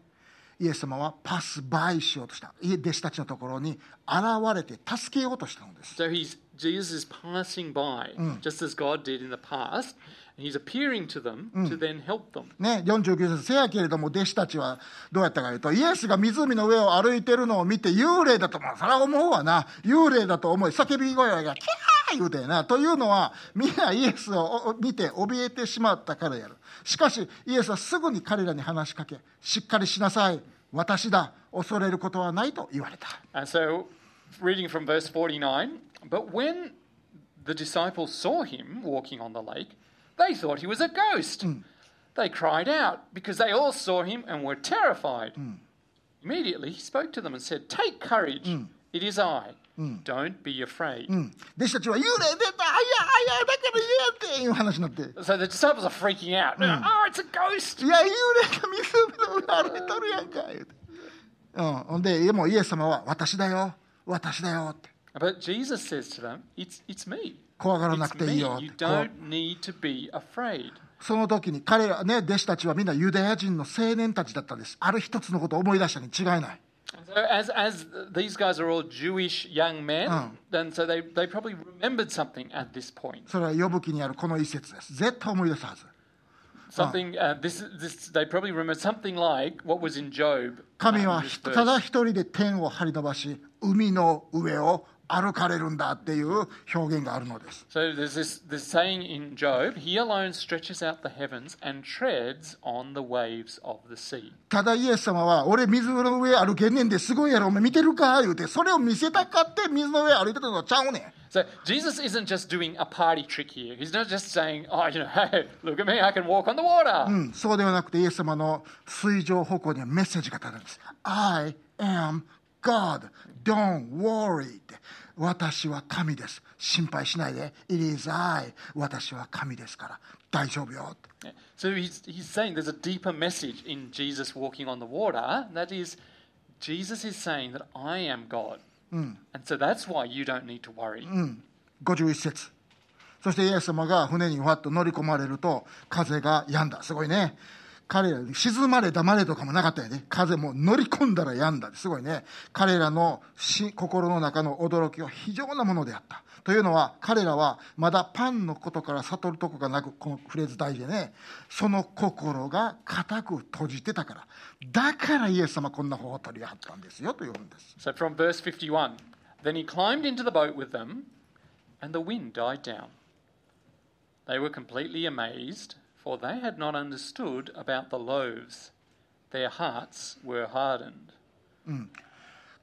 イエス様はパスバイしようとしたい弟子たちのところに現れて助けようとしたのです。 So he's Jesus is passing by, just as God did in the past, and he's appearing to them to then help them. ね、49節せやけれども弟子たちはどうやったかというとイエスが湖の上を歩いてるのを見て幽霊だとまあそれは思うわな幽霊だと思い叫び声がキャー言うてなというのはみんなイエスをお見て怯えてしまったからやるしかしイエスはすぐに彼らに話しかけしっかりしなさい私だ恐れることはないと言われた And so, reading from verse 49 But when the disciples saw him walking on the lake, they thought he was a ghost. They cried out because they all saw him and were terrified. Immediately, he spoke to them and said, Take courage, it is I. Don't be afraid. 弟子たちは幽霊出たあいやあいやだから言えっていう話になって So the disciples are freaking out. Oh, it's a ghost. いや、幽霊が湖の上歩いとるやんか、言うて。うん、ほんで、でもイエス様は、私だよ、私だよって。 But Jesus says to them, It's, it's me. 怖がらなく It's ていい me. よっ You て。怖 don't need to be afraid. その時に彼らね弟子たちはみんなユダヤ人の青年たちだったんですある一つのことを思い出したに違いない So as as these guys are all Jewish young men, then so they, they probably remembered something at this point. それは呼ぶ記にあるこの一節です絶対思い出すはず Something uh, this this they probably remembered something like what was in Job. 神 um, は this ひ verse. ただ一人で天を張り伸ばし海の上を歩かれるんだっていう表現があるのです So there's this this saying in Job: He alone stretches out the heavens and treads on the waves of the sea. ただイエス様は俺水の上歩けんねんですごいやろお前見てるか言うてそれを見せたかって水の上歩いてたのちゃうねん So Jesus isn't just doing a party trick here. He's not just saying, "Oh, you know, hey, look at me, I can walk on the water." うん、そうではなくてイエス様の水上方向にはメッセージが立るんです。I am God. Don't worry. 私は神です。心配しないで。It is I. 私は神ですから大丈夫よ。 Yeah. So he's, he's saying there's a deeper message in Jesus walking on the water. and That is, Jesus is saying that I am God. And so that's why you don't need to worry. 51節。そしてイエス様が船にわっと乗り込まれると風が止んだ。すごいね。彼ら沈まれ黙れとかもなかったよね。風も乗り込んだら止んだ。すごいね。彼らのし心の中の驚きは非常なものであった。というのは彼らはまだパンのことから悟るとこがなく、このフレーズ大事でね。その心が固く閉じてたから。だからイエス様こんな方法を取り合ったんですよというんです。 So from verse 51 Then he climbed into the boat with them, and the wind died down. They were completely amazed, for they had not understood about the loaves. Their hearts were hardened.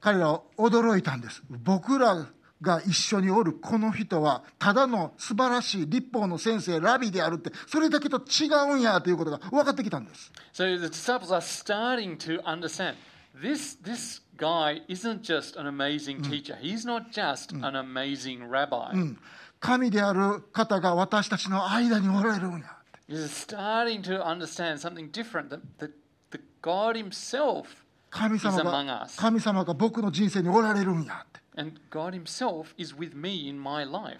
彼らは驚いたんです僕らが一緒におるこの人はただの素晴らしい立法の先生ラビであるってそれだけと違うんやということが分かってきたんです So the disciples are starting to understand this this guy isn't just an amazing teacher. He's not just an amazing rabbi. Mm. 神である方が私たちの間におられるんやって He's starting to understand something different that that the God himself 神様 He's among が us. 神様が僕の人生におられるんやって and God himself is with me in my life.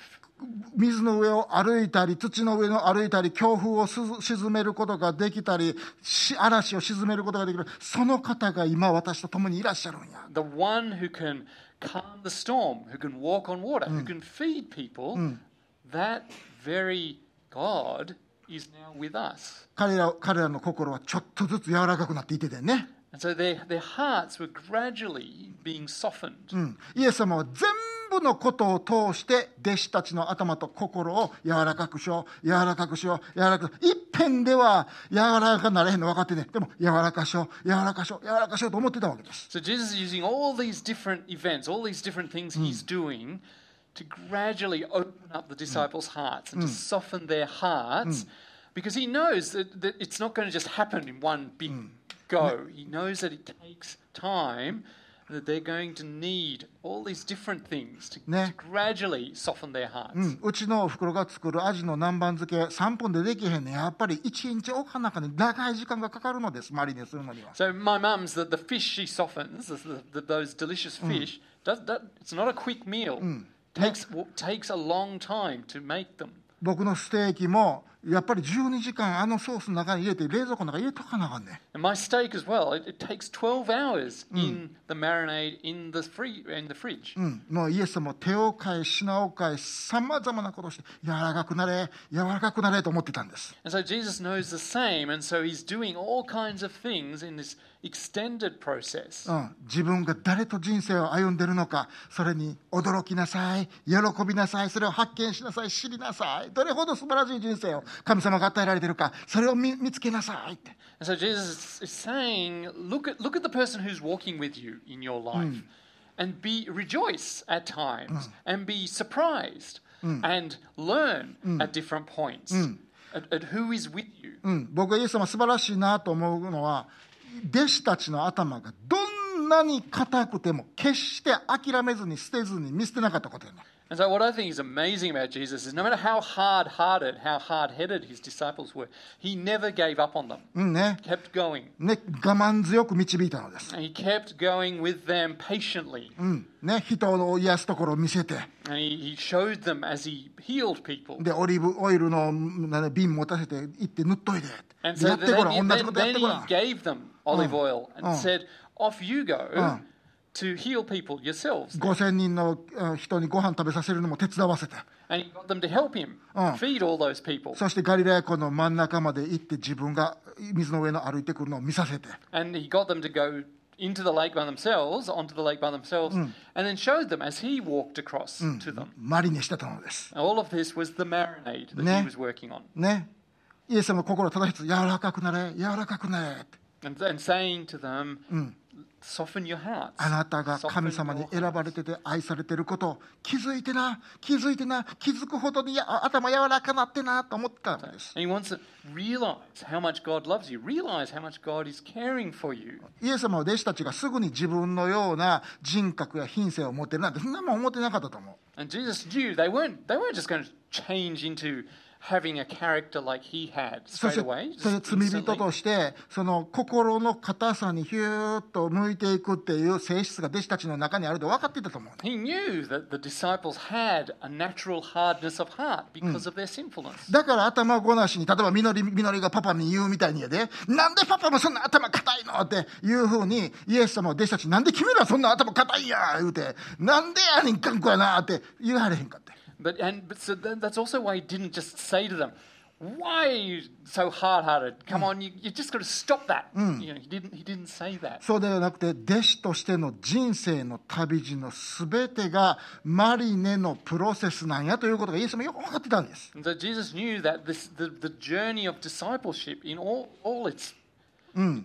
水の上を歩いたり土の上を歩いたり強風をすず沈めることができたりし嵐を沈めることができるその方が今私と共にいらっしゃるんや The one who can calm the storm, who can walk on water, who can feed people, that very God is now with us. 彼ら彼らの心はちょっとずつ柔らかくなっていっててね、 And so their, their hearts were gradually being softened. うんイエス様は全部のことを通して弟子たちの頭と心を柔らかくしよう柔らかくしよう柔らかく一辺では柔らかになれへんの分かってねでも柔らかしよう柔らかしよう柔らかしようと思ってたわけです So Jesus is using all these different events, all these different things he's doing to gradually open up the disciples' hearts and to soften their hearts because he knows that, that it's not going to just happen in one big go. He knows that it takes time. That they're going to need all these different things to, Ne. to gradually soften their hearts. うんうちのおふくろが作るアジの南蛮漬け3本でできへんねんやっぱり1日おかん中に長い時間がかかるのですマリネするのには So my mum's the, the fish she softens, the, the, the, those delicious fish. Does that? It's not a quick meal. Takes w- takes a long time to make them. 僕のステーキもやっぱり12時間あのソースの中に入れて冷蔵庫の中に入れとかなあかんねん And my steak as well. It, it takes twelve hours in the marinade in the free in the fridge. うん、もうイエス様は手を変え品を変えさまざまなことをして柔らかくなれ柔らかくなれと思ってたんです And so Jesus knows the same, and so he's doing all kinds of things in this extended process. うん、自分が誰と人生を歩んでるのかそれに驚きなさい喜びなさいそれを発見しなさい知りなさいどれほど素晴らしい人生を神様が与えられてるかそれを見見つけなさいって And so Jesus is saying, look at look at the person who's walking with you in your life, and be rejoice at times, and be surprised, and learn at different points at, at who is with you. うん、僕がイエス様素晴らしいなと思うのは弟子たちの頭がどんなに硬くても決して諦めずに捨てずに見捨てなかったことやね And so, what I think is amazing about Jesus is no matter how hard hearted, how hard headed his disciples were, he never gave up on them, うんね kept going. ね我慢強く導いたのです、 And he kept going with them patiently. うんね、人を癒すところを見せて And he, he showed them as he healed people. でオリーブオイルのなんだ瓶持たせて行って塗っといて And や so ってごら then, ん同じ then, ことやっ then てご he らん gave them olive Oh. oil and Oh. said, Off you go Oh. to heal people yourselves. 5000人のうん人にご飯食べさせるのも手伝わせて And he got them to help him Oh. feed all those people. そしてガリラヤ湖の真ん中まで行って自分が水の上の歩いてくるのを見させて And he got them to go into the lake by themselves, onto the lake by themselves, Mm. and then showed them as he walked across to them. マリネしてたのです、 And all of this was the marinade that Ne. he was working on. ね、イエス様の心を正しつ柔らかくなれ柔らかくなれって And, and saying to them, Mm. Soften your hearts. あなたが Soften 神様 your に選ばれてて愛されてることを気づいてな気づいてな気づくほどにや頭柔らかなってなと思ったんです And he wants to realize how much God loves you, realize how much God is caring for you. イエス様は弟子たちがすぐに自分のような人格や品性を持ってるなんてそんなもん思ってなかったと思う And Jesus knew they weren't they weren't just going to change into having a character like he had そして straight away. それ just 罪人 instantly. としてその心の硬さにヒューッと向いていくっていう性質が弟子たちの中にあると分かってたと思うね He knew that the disciples had a natural hardness of heart because of their sinfulness. だから頭ごなしに例えばみのりみのりがパパに言うみたいにやでなんでパパもそんな頭硬いのっていうふうにイエス様は弟子たちなんで君らそんな頭硬いんや言うてなんでやねんかんこやなって言われへんかって But and but so then that's also why he didn't just say to them, "Why are you so hard-hearted? Come on, you you just got to stop that." You know, he didn't he didn't say that. そうではなくて弟子としての人生の旅路の全てがマリネのプロセスなんやということがイエス様よく分かってたんです And so Jesus knew that this, the, the journey of discipleship in all, all its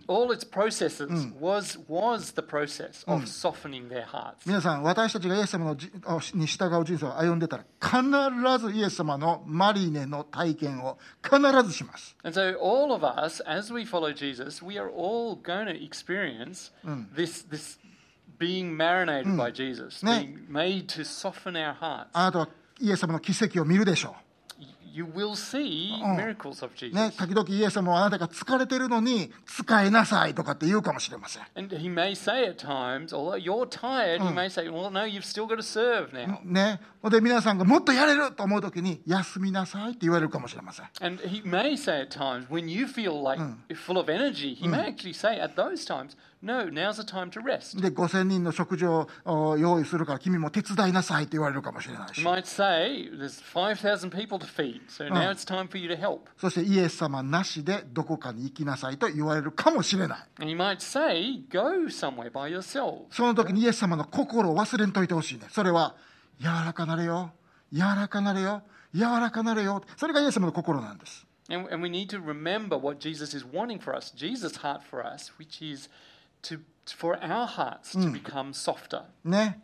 all its processes was was the process of softening their hearts. 皆さん私たちがイエス様のじをに従う人生を歩んでたら必ずイエス様のマリネの体験を必ずします And so all of us, as we follow Jesus, we are all going to experience this this being marinated by Jesus, Ne. being made to soften our hearts. あなたはイエス様の奇跡を見るでしょ Y- you will see miracles of う、ね Jesus.、時々イエス様はあなたが疲れてるのに使いなさいとかって言うかもしれません And he may say at times, although you're tired, he may say, Well, no, you've still got to serve now. ね、ほんで皆さんがもっとやれると思う時に休みなさいって言われるかもしれません And he may say at times, when you feel like Hmm. full of energy, he may actually say at those times, no, now's the time to rest. で5000人の食事をお用意するから君も手伝いなさいって言われるかもしれない He し might say, there's 5,000 people to feed, so Hmm. now it's time for you to help. そしてイエス様なしでどこかに行きなさいと言われるかもしれない And he might say, go somewhere by yourself. その時にイエス様の心を忘れんといてほしいねそれは柔らかなれよ柔らかなれよ柔らかなれよそれがイエス様の心なんです And, and we need to remember what Jesus is wanting for us, Jesus' heart for us, which is to, for our hearts Hmm. to become softer. ね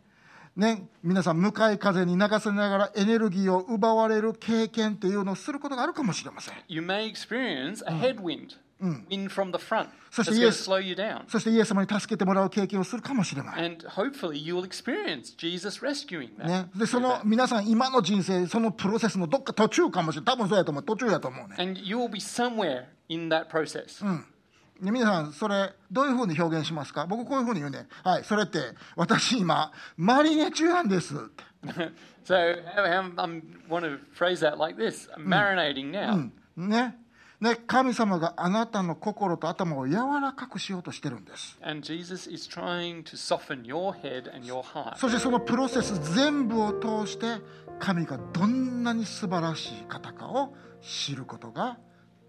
ね、皆さん向かい風に流されながらエネルギーを奪われる経験っていうのをすることがあるかもしれません You may experience a headwind, wind from the front, Hmm. So that's she going to is- slow you down. そしてイエス様に助けてもらう経験をするかもしれない、 And hopefully you will experience Jesus rescuing that. ね、でその皆さん今の人生そのプロセスのどっか途中かもしれない多分そうやと思う途中やと思うね And you will be somewhere in that process. で皆さんそれどういうふうに表現しますか僕こういうふうに言うねはいそれって私今マリネ中なんですって so I want to phrase that like this I'm marinating now. Mm. ねね神様があなたの心と頭を柔らかくしようとしてるんです And Jesus is trying to soften your head and your heart. そしてそのプロセス全部を通して神がどんなに素晴らしい方かを知ることが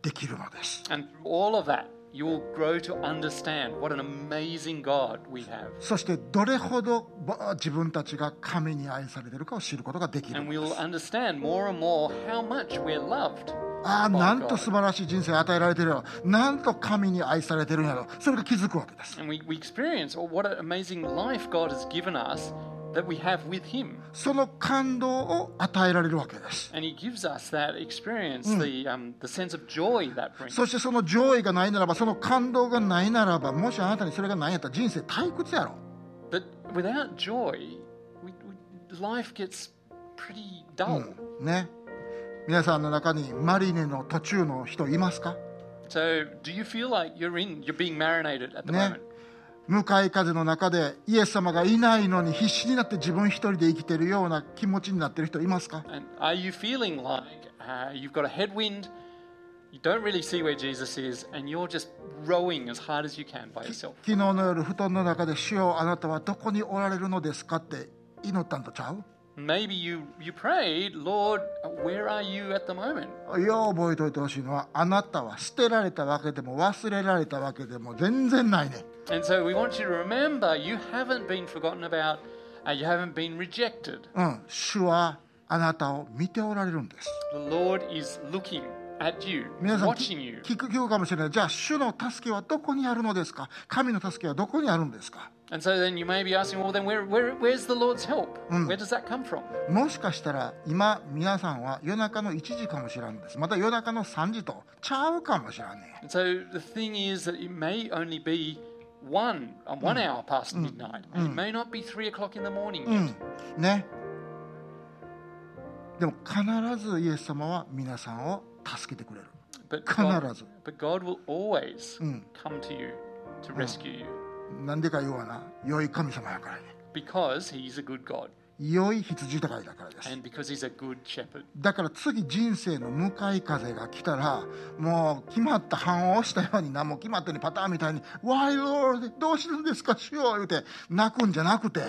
できるのです And through all of that, you will grow to understand what an amazing God we have. そしてどれほどば自分たちが神に愛されてるかを知ることができる And の we'll understand more and more how much we're loved. ああなんと素晴らしい人生を与えられてるやろなんと神に愛されてるんやろそれが気づくわけです And we, we experience oh, what an amazing life God has given us that we have with Him. その感動を与えられるわけです And he gives us that experience, the, um, the sense of joy that brings. そしてその上位がないならばその感動がないならばもしあなたにそれがないんやったら人生退屈やろ that without joy, we, we, life gets pretty dull. Hmm. ね皆さんの中にマリネの途中の人いますか So, do you feel like you're in, you're being marinated at the Yeah. moment? 向かい風の中でイエス様がいないのに必死になって自分一人で生きてるような気持ちになってる人いますか And are you feeling like uh, you've got a headwind, you don't really see where Jesus is, and you're just rowing as hard as you can by yourself? 昨日の夜布団の中で「主よあなたはどこにおられるのですか?」って祈ったんとちゃう Maybe you, you prayed, Lord, where are you at the moment? よう覚えておいてほしいのはあなたは捨てられたわけでも忘れられたわけでも全然ないね And so we want you to remember you haven't been forgotten about, uh, you haven't been rejected. うん主はあなたを見ておられるんです The Lord is looking at you, 皆さんき watching you. 聞く聞くかもしれないじゃあ主の助けはどこにあるのですか神の助けはどこにあるんですか And so then you may be asking, well, then where, where, where's the Lord's help? Where does that come from? もしかしたら今皆さんは夜中の1時かもしれんですまた夜中の3時とちゃうかもしれんね And so the thing is that it may only be one, uh, one hour past midnight, and it may not be three o'clock in the morning Hmm. yet. うんねでも必ずイエス様は皆さんを助けてくれる But God, 必ず but God will always Mm. come to you to rescue you なんでか言うわな良い神様やからね because He's a good God 良い羊飼いだからです and because He's a good shepherd. だから次人生の向かい風が来たらもう決まった反応をしたように何も決まってねパターンみたいに「Why Lord どうしてるんですか主よ」言うて泣くんじゃなくて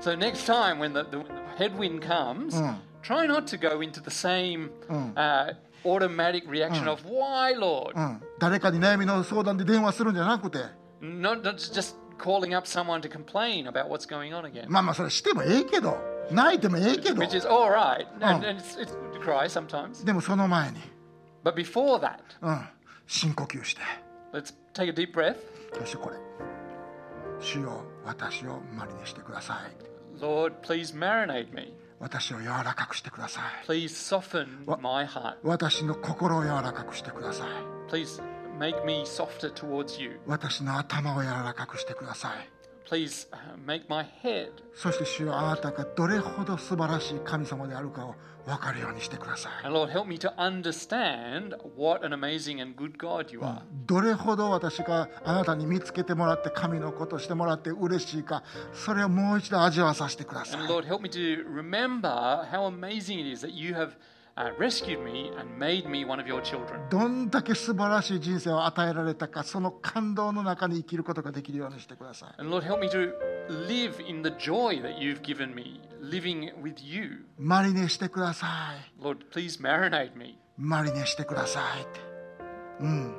So next time when the, the, when the headwind comes, Mm. try not to go into the same Mm. uh, automatic reaction of "Why, Lord?" うん、誰かに悩みの相談で電話するんじゃなくて Mm. Not, not just calling up someone to complain about what's going on again, まあまあそれしてもええけど泣いてもええけど which is all right, and, Mm. and it's, it's good to cry sometimes. でもその前に、 But before that, うん、深呼吸して let's take a deep breath. そしてこれ「主よ私をマリネしてください Lord, please marinate me. 私を柔らかくしてください Please soften What- my heart. 私の心を柔らかくしてください Please make me softer towards you. 私の頭を柔らかくしてください Please uh, make my head そして主よあなたがどれほど素晴らしい神様であるかを分かるようにしてください And Lord, help me to understand what an amazing and good God you are. どれほど私があなたに見つけてもらって神のことしてもらって嬉しいかそれをもう一度味わわさせてください And Lord, help me to remember how amazing it is that you have uh, rescued me and made me one of your children. どんだけ素晴らしい人生を与えられたかその感動の中に生きることができるようにしてください And Lord, help me to live in the joy that you've given me, living with you. マリネしてください Lord, please marinate me. マリネしてくださいってうん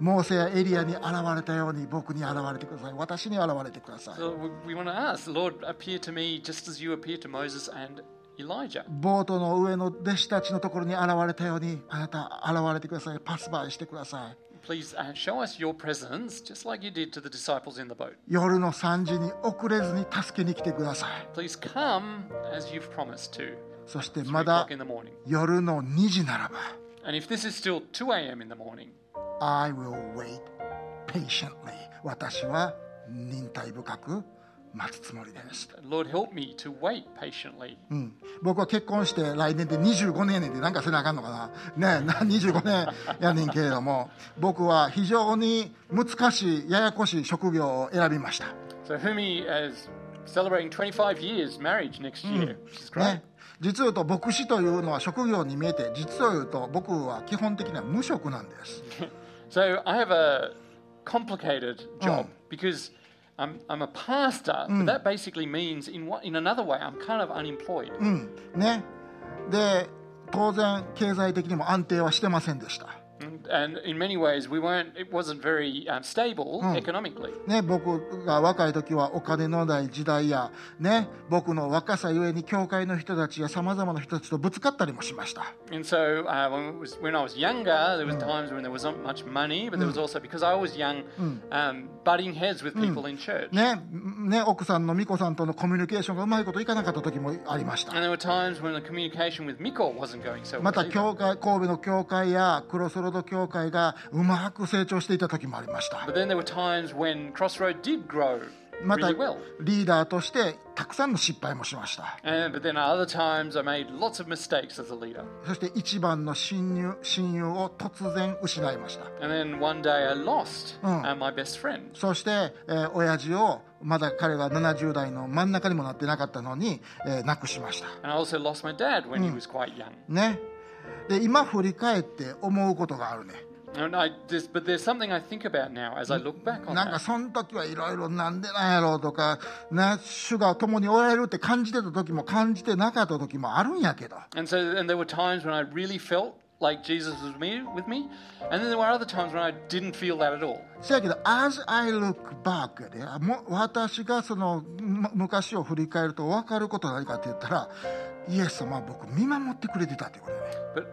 モーセやエリアに現れたように僕に現れてください私に現れてください So we- we want to ask, Lord, appear to me just as you appeared to Moses and Elijah. ボートの上の弟子たちのところに現れたようにあなた現れてくださいパスバイしてください Please uh, show us your presence just like you did to the disciples in the boat. 夜の3時に遅れずに助けに来てください Please come as you've promised to. そして Three まだ o'clock in the morning. 夜の2時なら And if this is still 2 a.m. in the morning, ば I will wait patiently 私は忍耐深く待つつもりです、 Lord, help me to wait patiently. うん、僕は結婚して来年で25年やねんでなんかせなあかんのかなねえな25年やねんけれども僕は非常に難しいややこしい職業を選びました So Humi is celebrating 25 years marriage next year, which is great. ね、実を言うと牧師というのは職業に見えて実を言うと僕は基本的には無職なんです、 So I have a complicated job because I'm, I'm a pastor, but that basically means in what in another way I'm kind of unemployed. うんね、で当然経済的にも安定はしてませんでした、 And, and in many ways we weren't it wasn't very um, stable economically. ね、僕が若い時はお金のない時代や、ね、僕の若さゆえに教会の人たちやさまざまな人たちとぶつかったりもしました、 And so uh, when, it was, when I was younger, there was times when there was not much money, but there was also because I was young, um, butting heads with people in church. ねね、奥さんの美子さんとのコミュニケーションがうまいこといかなかった時もありました And there were times when the communication with Miko wasn't going so ま well. た either. 教会神戸の教会やクロスロード教会がうまく成長していた時もありました But then there were times when Crossroad did grow また really well. リーダーとしてたくさんの失敗もしました And, Uh, but then at other times, I made lots of mistakes as a leader. そして一番の親友親友を突然失いました And then one day, I lost Mm. uh, my best friend. そして、えー親父をまだ彼が70代の真ん中にもなってなかったのに、えー亡くしました And I also lost my dad when he was quite young. ねで今振り返って思うことがあるね And I just, but there's something I think about now as I look back on なんか that. その時はいろいろなんでなんやろうとかな主が共におられるって感じてた時も感じてなかった時もあるんやけど And so, and there were times when I really felt like Jesus was me, with me, and then there were other times when I didn't feel that at all. せやけど As I look back やであもう私がそのむ昔を振り返ると分かることは何かって言ったらイエス様は僕見守ってくれてたってことやね But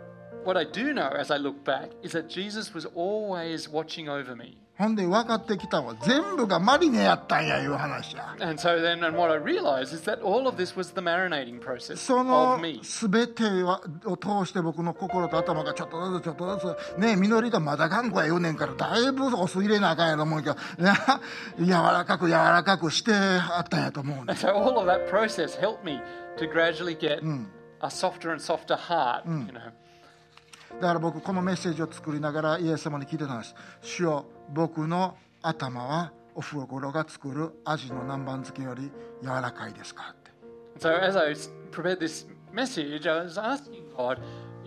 what I do know as I look back is that Jesus was always watching over me. ほんで分かってきたのは全部がマリネやったんやいう話や And so then, and what I realized is that all of this was the marinating process そ of の me. 全てはを通して僕の心と頭がちょっとずつちょっとずつねえ実りがまだ頑固や言うねんからだいぶお酢入れなあかんやと思うけどな柔らかく柔らかくしてあったんやと思うね And so all of that process helped me to gradually get a softer and softer heart, you know. だから僕このメッセージを作りながらイエス様に聞いてたんです主よ僕の頭はおふごろが作るアジの南蛮漬けより柔らかいですかって And so as I s- prepared this message, I was asking God,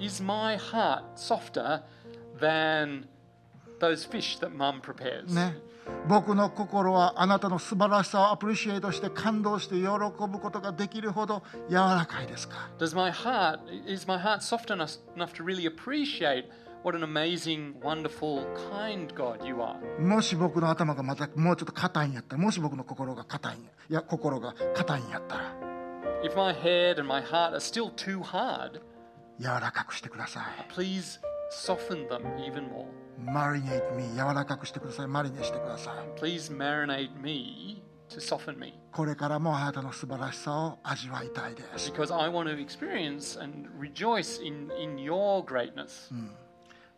is my heart softer than those fish that mum prepares? ね、僕の心はあなたの素晴らしさをアプリシエイトして感動して喜ぶことができるほど柔らかいですか Does my heart is my heart soft enough, enough to really appreciate what an amazing, wonderful, kind God you are? もし僕の頭がまたもうちょっと硬いんやったらもし僕の心が硬いんやいや心が硬いんやったら If my head and my heart are still too hard, 柔らかくしてくださ please soften them even more. いマリネイトミー柔らかくしてくださいマリネしてください Please marinate me to soften me これからもあなたの素晴らしさを味わいたいです because I want to experience and rejoice in, in your greatness.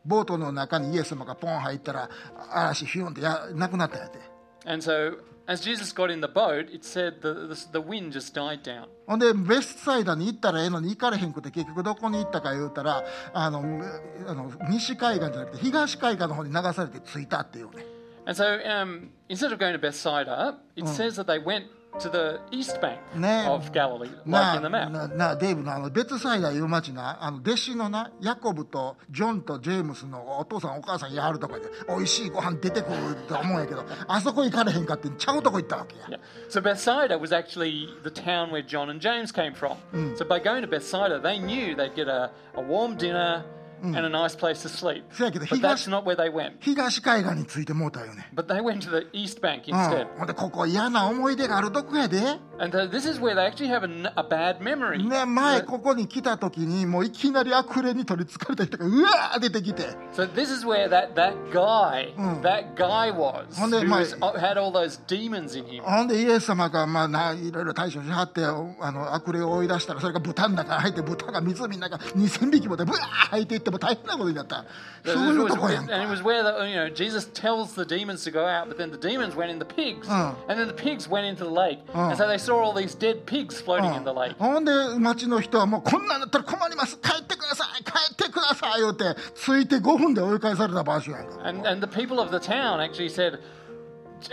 ボートの中にイエス様がポン入ったら嵐ヒュンってやなくなったんやて And so, as Jesus got in the boat, it said the, the, the wind just died down. ほんで、ベストサイダーに行ったらええのに行かれへんくて、結局どこに行ったか言うたら、あの、むあの西海岸じゃなくて、東海岸の方に流されて着いたっていうね。 And so, um, instead of going to Bethsaida, it says that they went to the east bank Ne- of Galilee, like な in あ、 the map. ななあデイブのあの、ベストサイダーいう町な、あの、弟子のな、ヤコブとジョンとジェームスのお父さんお母さんやるとかで、美味しいご飯出てくると思うんやけど、あそこ行かれへんかって、ちゃうとこ行ったわけや。 Yeah. So Bethsaida was actually the town where John and James came from. So by going to Bethsaida, they knew they'd get a, a warm dinner and a nice place to sleep. So yeah, 'cause he But that's was- not where they went. 東海岸に着いてもうたよね。 But they went to the east bank うん instead. ほんで、ここ嫌な思い出があるとこやで。 And so this is where they actually have a, n- a bad memory. ね、前 The- ここに来た時にもういきなりあくれに取りつかれた人がうわー出てきて So this is where that, that guy, that guy was, On that who was, mate. uh, had all those demons in him. ほんでイエス様がまあないろいろ対処しはっておあの悪霊を追い出したらそれが豚の中に入って豚が湖の中2,000匹もでブワー入っていっても大変なことになったそ So う this いう was- とこやん and か it was where the, you know Jesus tells the demons to go out, but then the demons went in the pigs, Uh. and then the pigs went into the lake, Uh. and so they saw all these dead pigs floating in the う lake. んほんで町の人はもうこんなんだったら困ります帰ってください帰ってください言うてついて5分で追い返された場所やんか And and the people of the town actually said,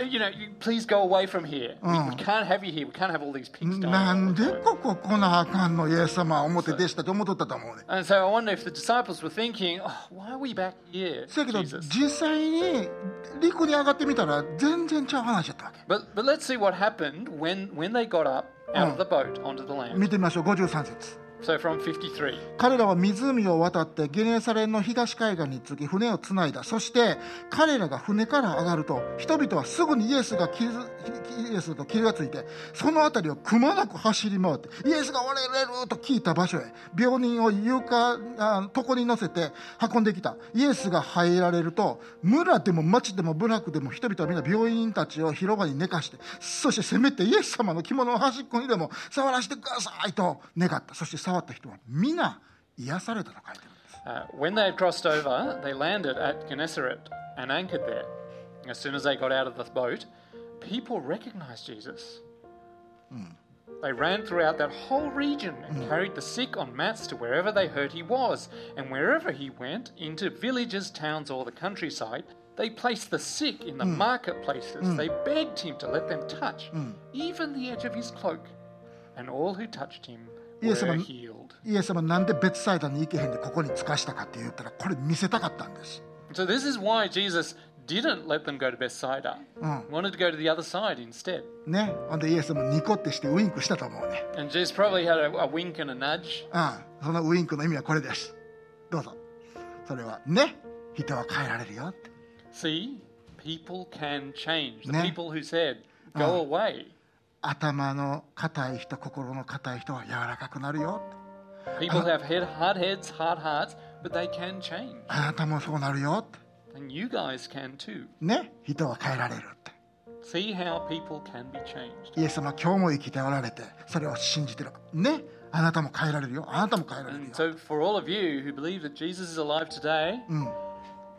you know, you, please go away from here. We, we can't have you here. We can't have all these pigs な dying. all ん the で time." ここ来なあかんのイエス様は思って弟子たち思っとったと思うね And so I wonder if the disciples were thinking, oh, why are we back here, せやけど Jesus? 実際に陸に上がってみたら全然ちゃう話だったわけ But but let's see what happened when when they got up out of the boat onto the land. 見てみましょう53節 So from 53. 彼らは湖を渡ってゲネサレンの東海岸に着き船をつないだそして彼らが船から上がると人々はすぐにイエスが傷イエスと傷がついてその辺りをくまなく走り回ってイエスがおられると聞いた場所へ病人を床あ床に乗せて運んできたイエスが入られると村でも町でも部落でも人々は皆病院たちを広場に寝かしてそしてせめてイエス様の着物を端っこにでも触らせてくださいと願ったそして触った人は皆癒されたと書いてるんです Uh, when they had crossed over, they landed at Gennesaret and anchored there. As soon as they got out of the boat, people recognized Jesus. Hmm. They ran throughout that whole region and carried the sick on mats to wherever they heard he was. And wherever he went, into villages, towns, or the countryside, they placed the sick in the Hmm. marketplaces. They begged him to let them touch even the edge of his cloak. And all who touched him were Yes, I'm- healed. イエス様なんで別サイダーに行けへんでここにつかしたかって言ったらこれ見せたかったんです So this is why Jesus didn't let them go to Bethsaida. Ah. He wanted to go to the other side instead. ねほんでイエス様ニコってしてウインクしたと思うね And Jesus probably had a, a wink and a nudge. ああそのウインクの意味はこれですどうぞそれはね人は変えられるよって See, people can change. The Ne. people who said, go Ah. away. 頭の硬い人心の硬い人は柔らかくなるよって Ah. People have head, hard heads, hard hearts, but they can change. あなたもそうなるよって And you guys can too. ね人は変えられるって See how people can be changed. イエス様今日も生きておられてそれを信じてるねあなたも変えられるよあなたも変えられるよ And、so, for all of you who believe that Jesus is alive today,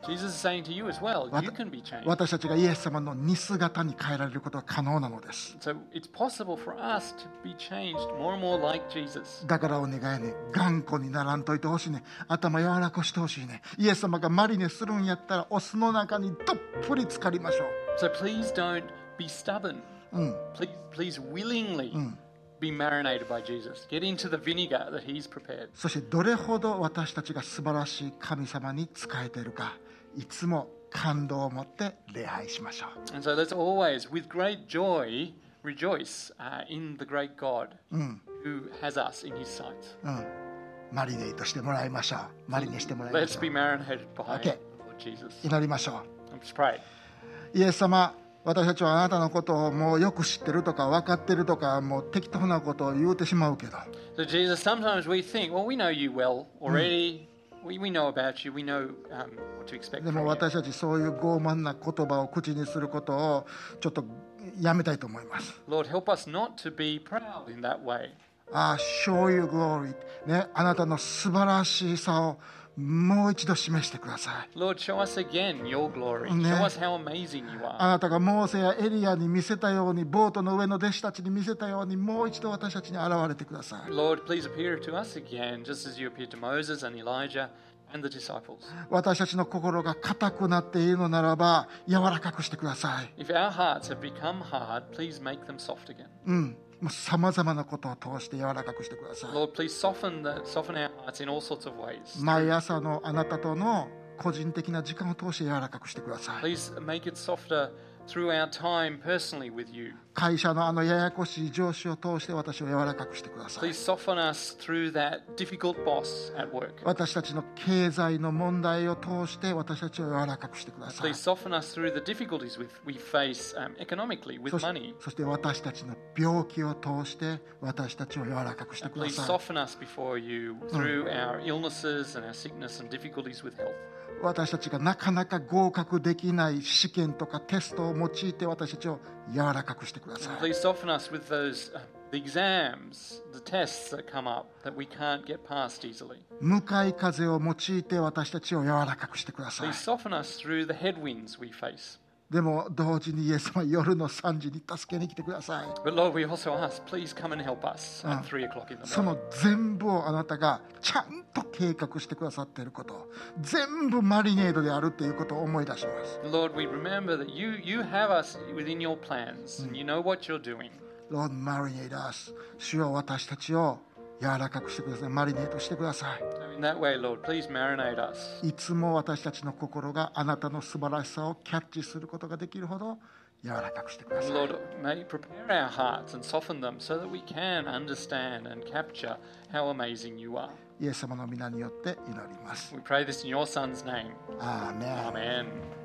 Jesus is saying to you as well, Mm. What- you can be changed. 私たちがイエス様の似姿に変えられることは可能なのです So, it's possible for us to be changed more and more like Jesus. だからお願いね頑固にならんといてほしいね頭柔らかくしてほしいねイエス様がマリネするんやったらお酢の中にどっぷり浸かりましょ So, please don't be stubborn. ううん Please, please willingly be marinated by Jesus. Get into the vinegar that He's prepared. そしてどれほど私たちが素晴らしい神様に仕えているかいつも感動を持って礼拝しましょう And so let's always, with great joy, rejoice uh, in the great God who has us in His sight. マリネートしてもらいましょうマリネしてもらいま Let's しょ be う marinated by Okay. the Lord Jesus. 祈りましょ Let's pray. うイエス様私たちはあなたのことをもうよく知ってるとか分かってるとかもう適当なことを言うてしまうけど So, Jesus, sometimes we think, well, we know you well already. We, we know about you. We know um, what to expect で from も you. 私たちそういう傲慢な言葉を口にすることをちょっとやめたいと思います Lord, help us not to be proud in that way. ああ show you glory ねあなたの素晴らしさをもう一度示してください Lord, show us again your glory. Ne. Show us how amazing you are. あなたがモーセやエリアに見せたようにボートの上の弟子たちに見せたようにもう一度私たちに現れてください Lord, please appear to us again, just as you appeared to Moses and Elijah and the disciples. 私たちの心が硬くなっているのならば柔らかくしてください If our hearts have become hard, please make them soft again. うんもうさまざまなことを通して柔らかくしてください Lord, please soften the, soften our hearts in all sorts of ways. 毎朝のあなたとの個人的な時間を通して柔らかくしてください Please make it softer through our time personally with you. 会社のあのややこしい上司を通して私を柔らかくしてください Please soften us through that difficult boss at work. 私たちの経済の問題を通して私たちを柔らかくしてください Please soften us through the difficulties with, we face um, economically そ with し money. そして私たちの病気を通して私たちを柔らかくしてくだ Please さい soften us before you through our illnesses and our sickness and difficulties with health. 私たちがなかなか合格できない試験とかテストを用いて私たちを柔らかくしてください Please soften us with those uh, the exams, the tests that come up that we can't get past easily. 向かい風を用いて私たちを柔らかくしてください Please soften us through the headwinds we face. でも同時にイエス様夜の3時に助けに来てください But Lord, we also ask, please come and help us at three o'clock in the そ morning. の全部をあなたがちゃんと計画してくださっていること全部マリネードであるっていうことを思い出します Lord, we remember that you you have us within your plans and you know what you're doing. Lord marinate us 主を私たちを柔らかくしてくださいマリネートしてくださ So in that way, Lord, please marinate us. いいつも私たちの心があなたの素晴らしさをキャッチすることができるほど柔らかくしてください Lord, may prepare our hearts and soften them so that we can understand and capture how amazing you are. イエス様の皆によって祈ります。 We pray this in your son's name. アーメン Amen.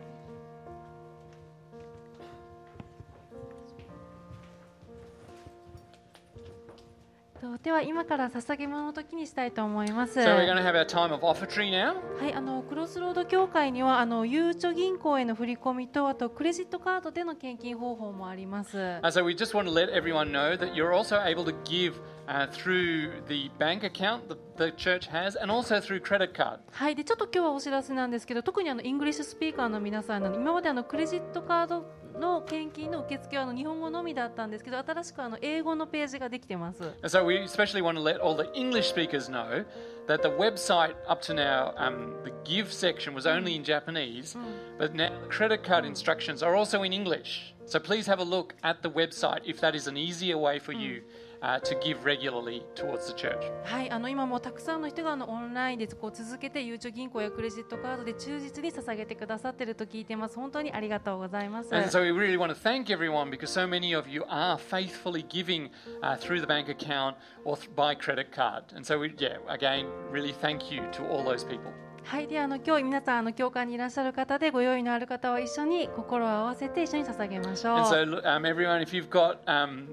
「とでは今から捧げ物の時にしたいと思います。 So we're going to have our time of offertory now. はい、あのクロスロード協会にはあのゆうちょ銀行への振り込みとあとクレジットカードでの献金方法もあります。 And Uh, so we just want to let everyone know that you're also able to give uh, through the bank account that the church has and also through credit card. はい、でちょっと今日はお知らせなんですけど特にあのイングリッシュスピーカーの皆さんなの今まであのクレジットカードの献金の受付はあの日本語のみだったんですけど新しくあの英語のページができてます And so we especially want to let all the English speakers know that the website up to now, um, the give section was only in Japanese, but now credit card instructions are also in English. So please have a look at the website if that is an easier way for you uh, to give regularly towards the church. はいあの今もうたくさんの人があのオンラインでこう続けてゆうちょ銀行やクレジットカードで忠実に捧げてくださってると聞いてます本当にありがとうございます And so we really want to thank everyone because so many of you are faithfully giving uh, through the bank account or th- by credit card. And so, we, yeah, again, really thank you to all those people. はいであの今日皆さんあの教会にいらっしゃる方でご用意のある方は一緒に心を合わせて一緒に捧げましょう And so, look, um, everyone, if you've got um,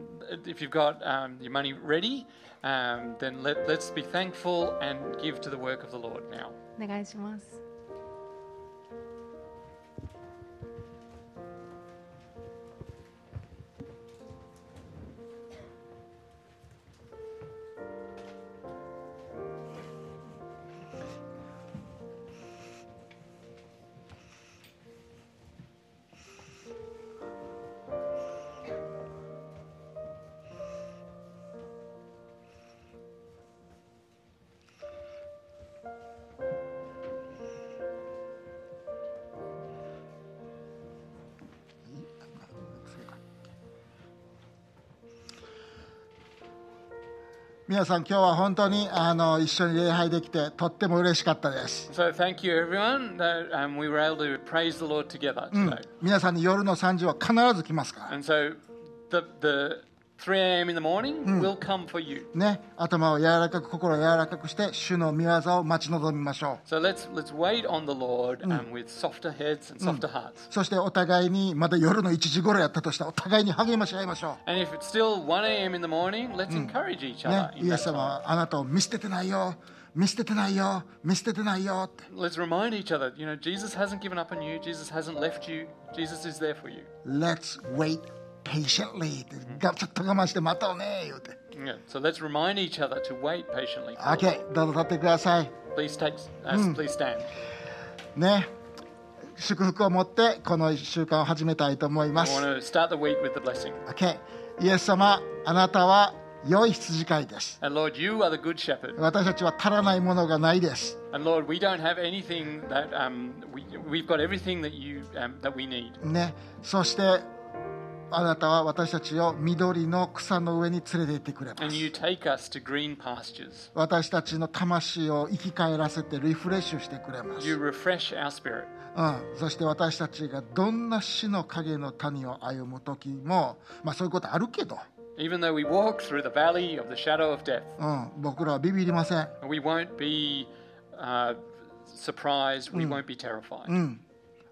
if you've got um, your money ready, um, then let, let's be thankful and give to the work of the Lord now. お願いします皆さん今日は本当にあの一緒に礼拝できてとっても嬉しかったです、 So, thank you, everyone, that um, we were able to praise the Lord together うん today. 皆さんに夜の3時は必ず来ますか And so, the the 3 a.m. in the morning will come for you. らね頭を柔らかく心を柔らかくして主の御業を待ち望みましょ So let's let's wait on the Lord um, with softer heads and softer hearts. うそしてお互いにまだ夜の1時頃やったとしたらお互いに励まし合いましょ And if it's still 1 a.m. in the morning, let's encourage each う、ね other、イ in エ that ス様 time. はあなたを見捨ててないよ見捨ててないよ見捨ててないよって Let's remind each other, you know, Jesus hasn't given up on you. Jesus hasn't left you. Jesus is there for you. Let's wait patiently ってがちょっと我慢して待とうね言うて Yeah. So let's remind each other to wait patiently. for the Lord. OK どうぞ立ってください Please take, uh, please stand. ね祝福を持ってこの1週間を始めたいと思いま I す want to start the week with the blessing. OK イエス様あなたは良い羊飼いです And Lord, you are the good shepherd. 私たちは足らないものがないです And Lord, we don't have anything that um, we we've got everything that you um, that we need. ねそしてあなたは私たちを緑の草の上に連れて行ってくれま And す you take us to green pastures. 私たちの魂を生き返らせてリフレッシュしてくれます You refresh our spirit. うん、そして私たちがどんな死の影の谷を歩む時も、まあ、そういうことあるけど、 Even though we walk through the valley of the shadow of death, うん、僕らはビビりません、 we won't be uh, surprised, we won't be terrified, うん、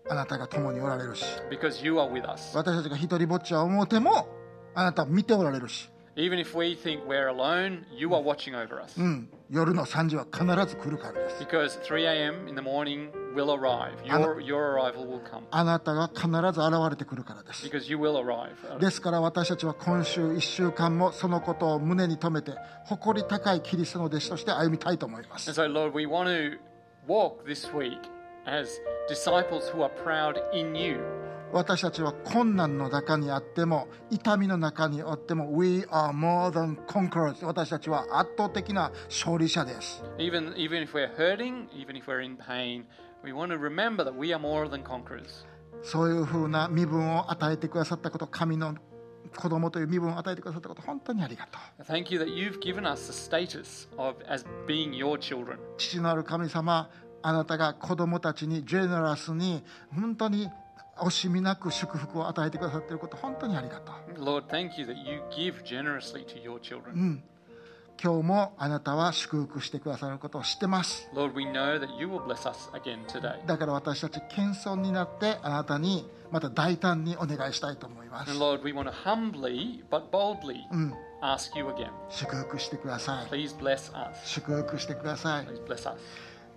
あなたが共におられるし because you are with us. 私たちが一人ぼっちは思うてもあなたは見ておられるし、 Even if we think we're alone, you are watching over us, うん、夜の3時は必ず来るからです because 3 a.m. in the morning will arrive. Your, your arrival will come, あなたが必ず現れてくるからです because you will arrive. ですから私たちは今週1週間もそのことを胸に留めて誇り高いキリストの弟子として歩みたいと思います And so, Lord, we want to walk this week as disciples who are proud in you. 私たちは困難の中にあっても痛みの中にあっても We are more than conquerors 私たちは圧倒的な勝利者です Even, even if we're hurting, even if we're in pain, we want to remember that we are more than conquerors. そういうふうな身分を与えてくださったこと神の子供という身分を与えてくださったこと本当にありがとう Thank you that you've given us the status of as being your children. 父のある神様あなたが子供たちにジェネラスに本当に惜しみなく祝福を与えてくださっていること本当にありがとう Lord, thank you that you give generously to your children. 今日もあなたは祝福してくださることを知ってます Lord, we know that you will bless us again today. だから私たち謙遜になってあなたにまた大胆にお願いしたいと思います And Lord, we want to humbly but boldly ask you again. 祝福してください Please bless us. 祝福してください Please bless us.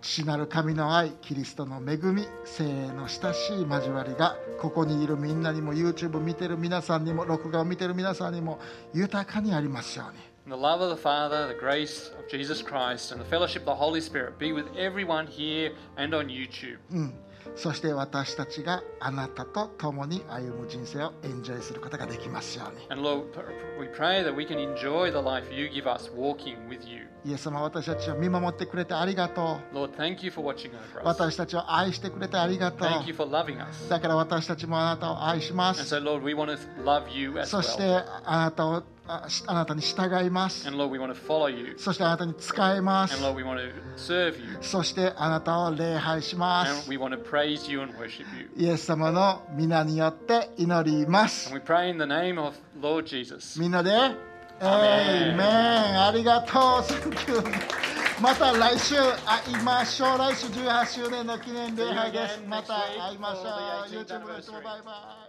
父なる神の愛キリストの恵み精霊の親しい交わりがここにいるみんなにも YouTube 見てる皆さんにも録画を見てる皆さんにも豊かにありますように And the love of the Father, the grace of Mm. Jesus Christ, and the fellowship of the Holy Spirit be with everyone here and on YouTube. そして私たちがあなたと共に歩む人生をエンジョイすることができますように And Lord, pr- pr- we pray that we can enjoy the life you give us walking with you. イエス様私たちを見守ってくれてありがと Lord, thank you for watching over う us. 私たちを愛してくれてありがとう Thank you for loving us. だから私たちもあなたを愛しま And す so, Lord, we want to love you as そして well. あなたをああなたに従います And Lord, we want to follow you. そしてあなたに使います And Lord, we want to serve you. そしてあなたを礼拝しま And す we want to praise you and worship you. イエス様の皆によって祈ります And we pray in the name of Lord Jesus. みんなで、エイメン、ありがとう、サンキュー。また来週会いましょう。来週18周年の記念礼拝です See you again next。week また会いましょう。 for the 18th YouTube の人も anniversary. バイバイ。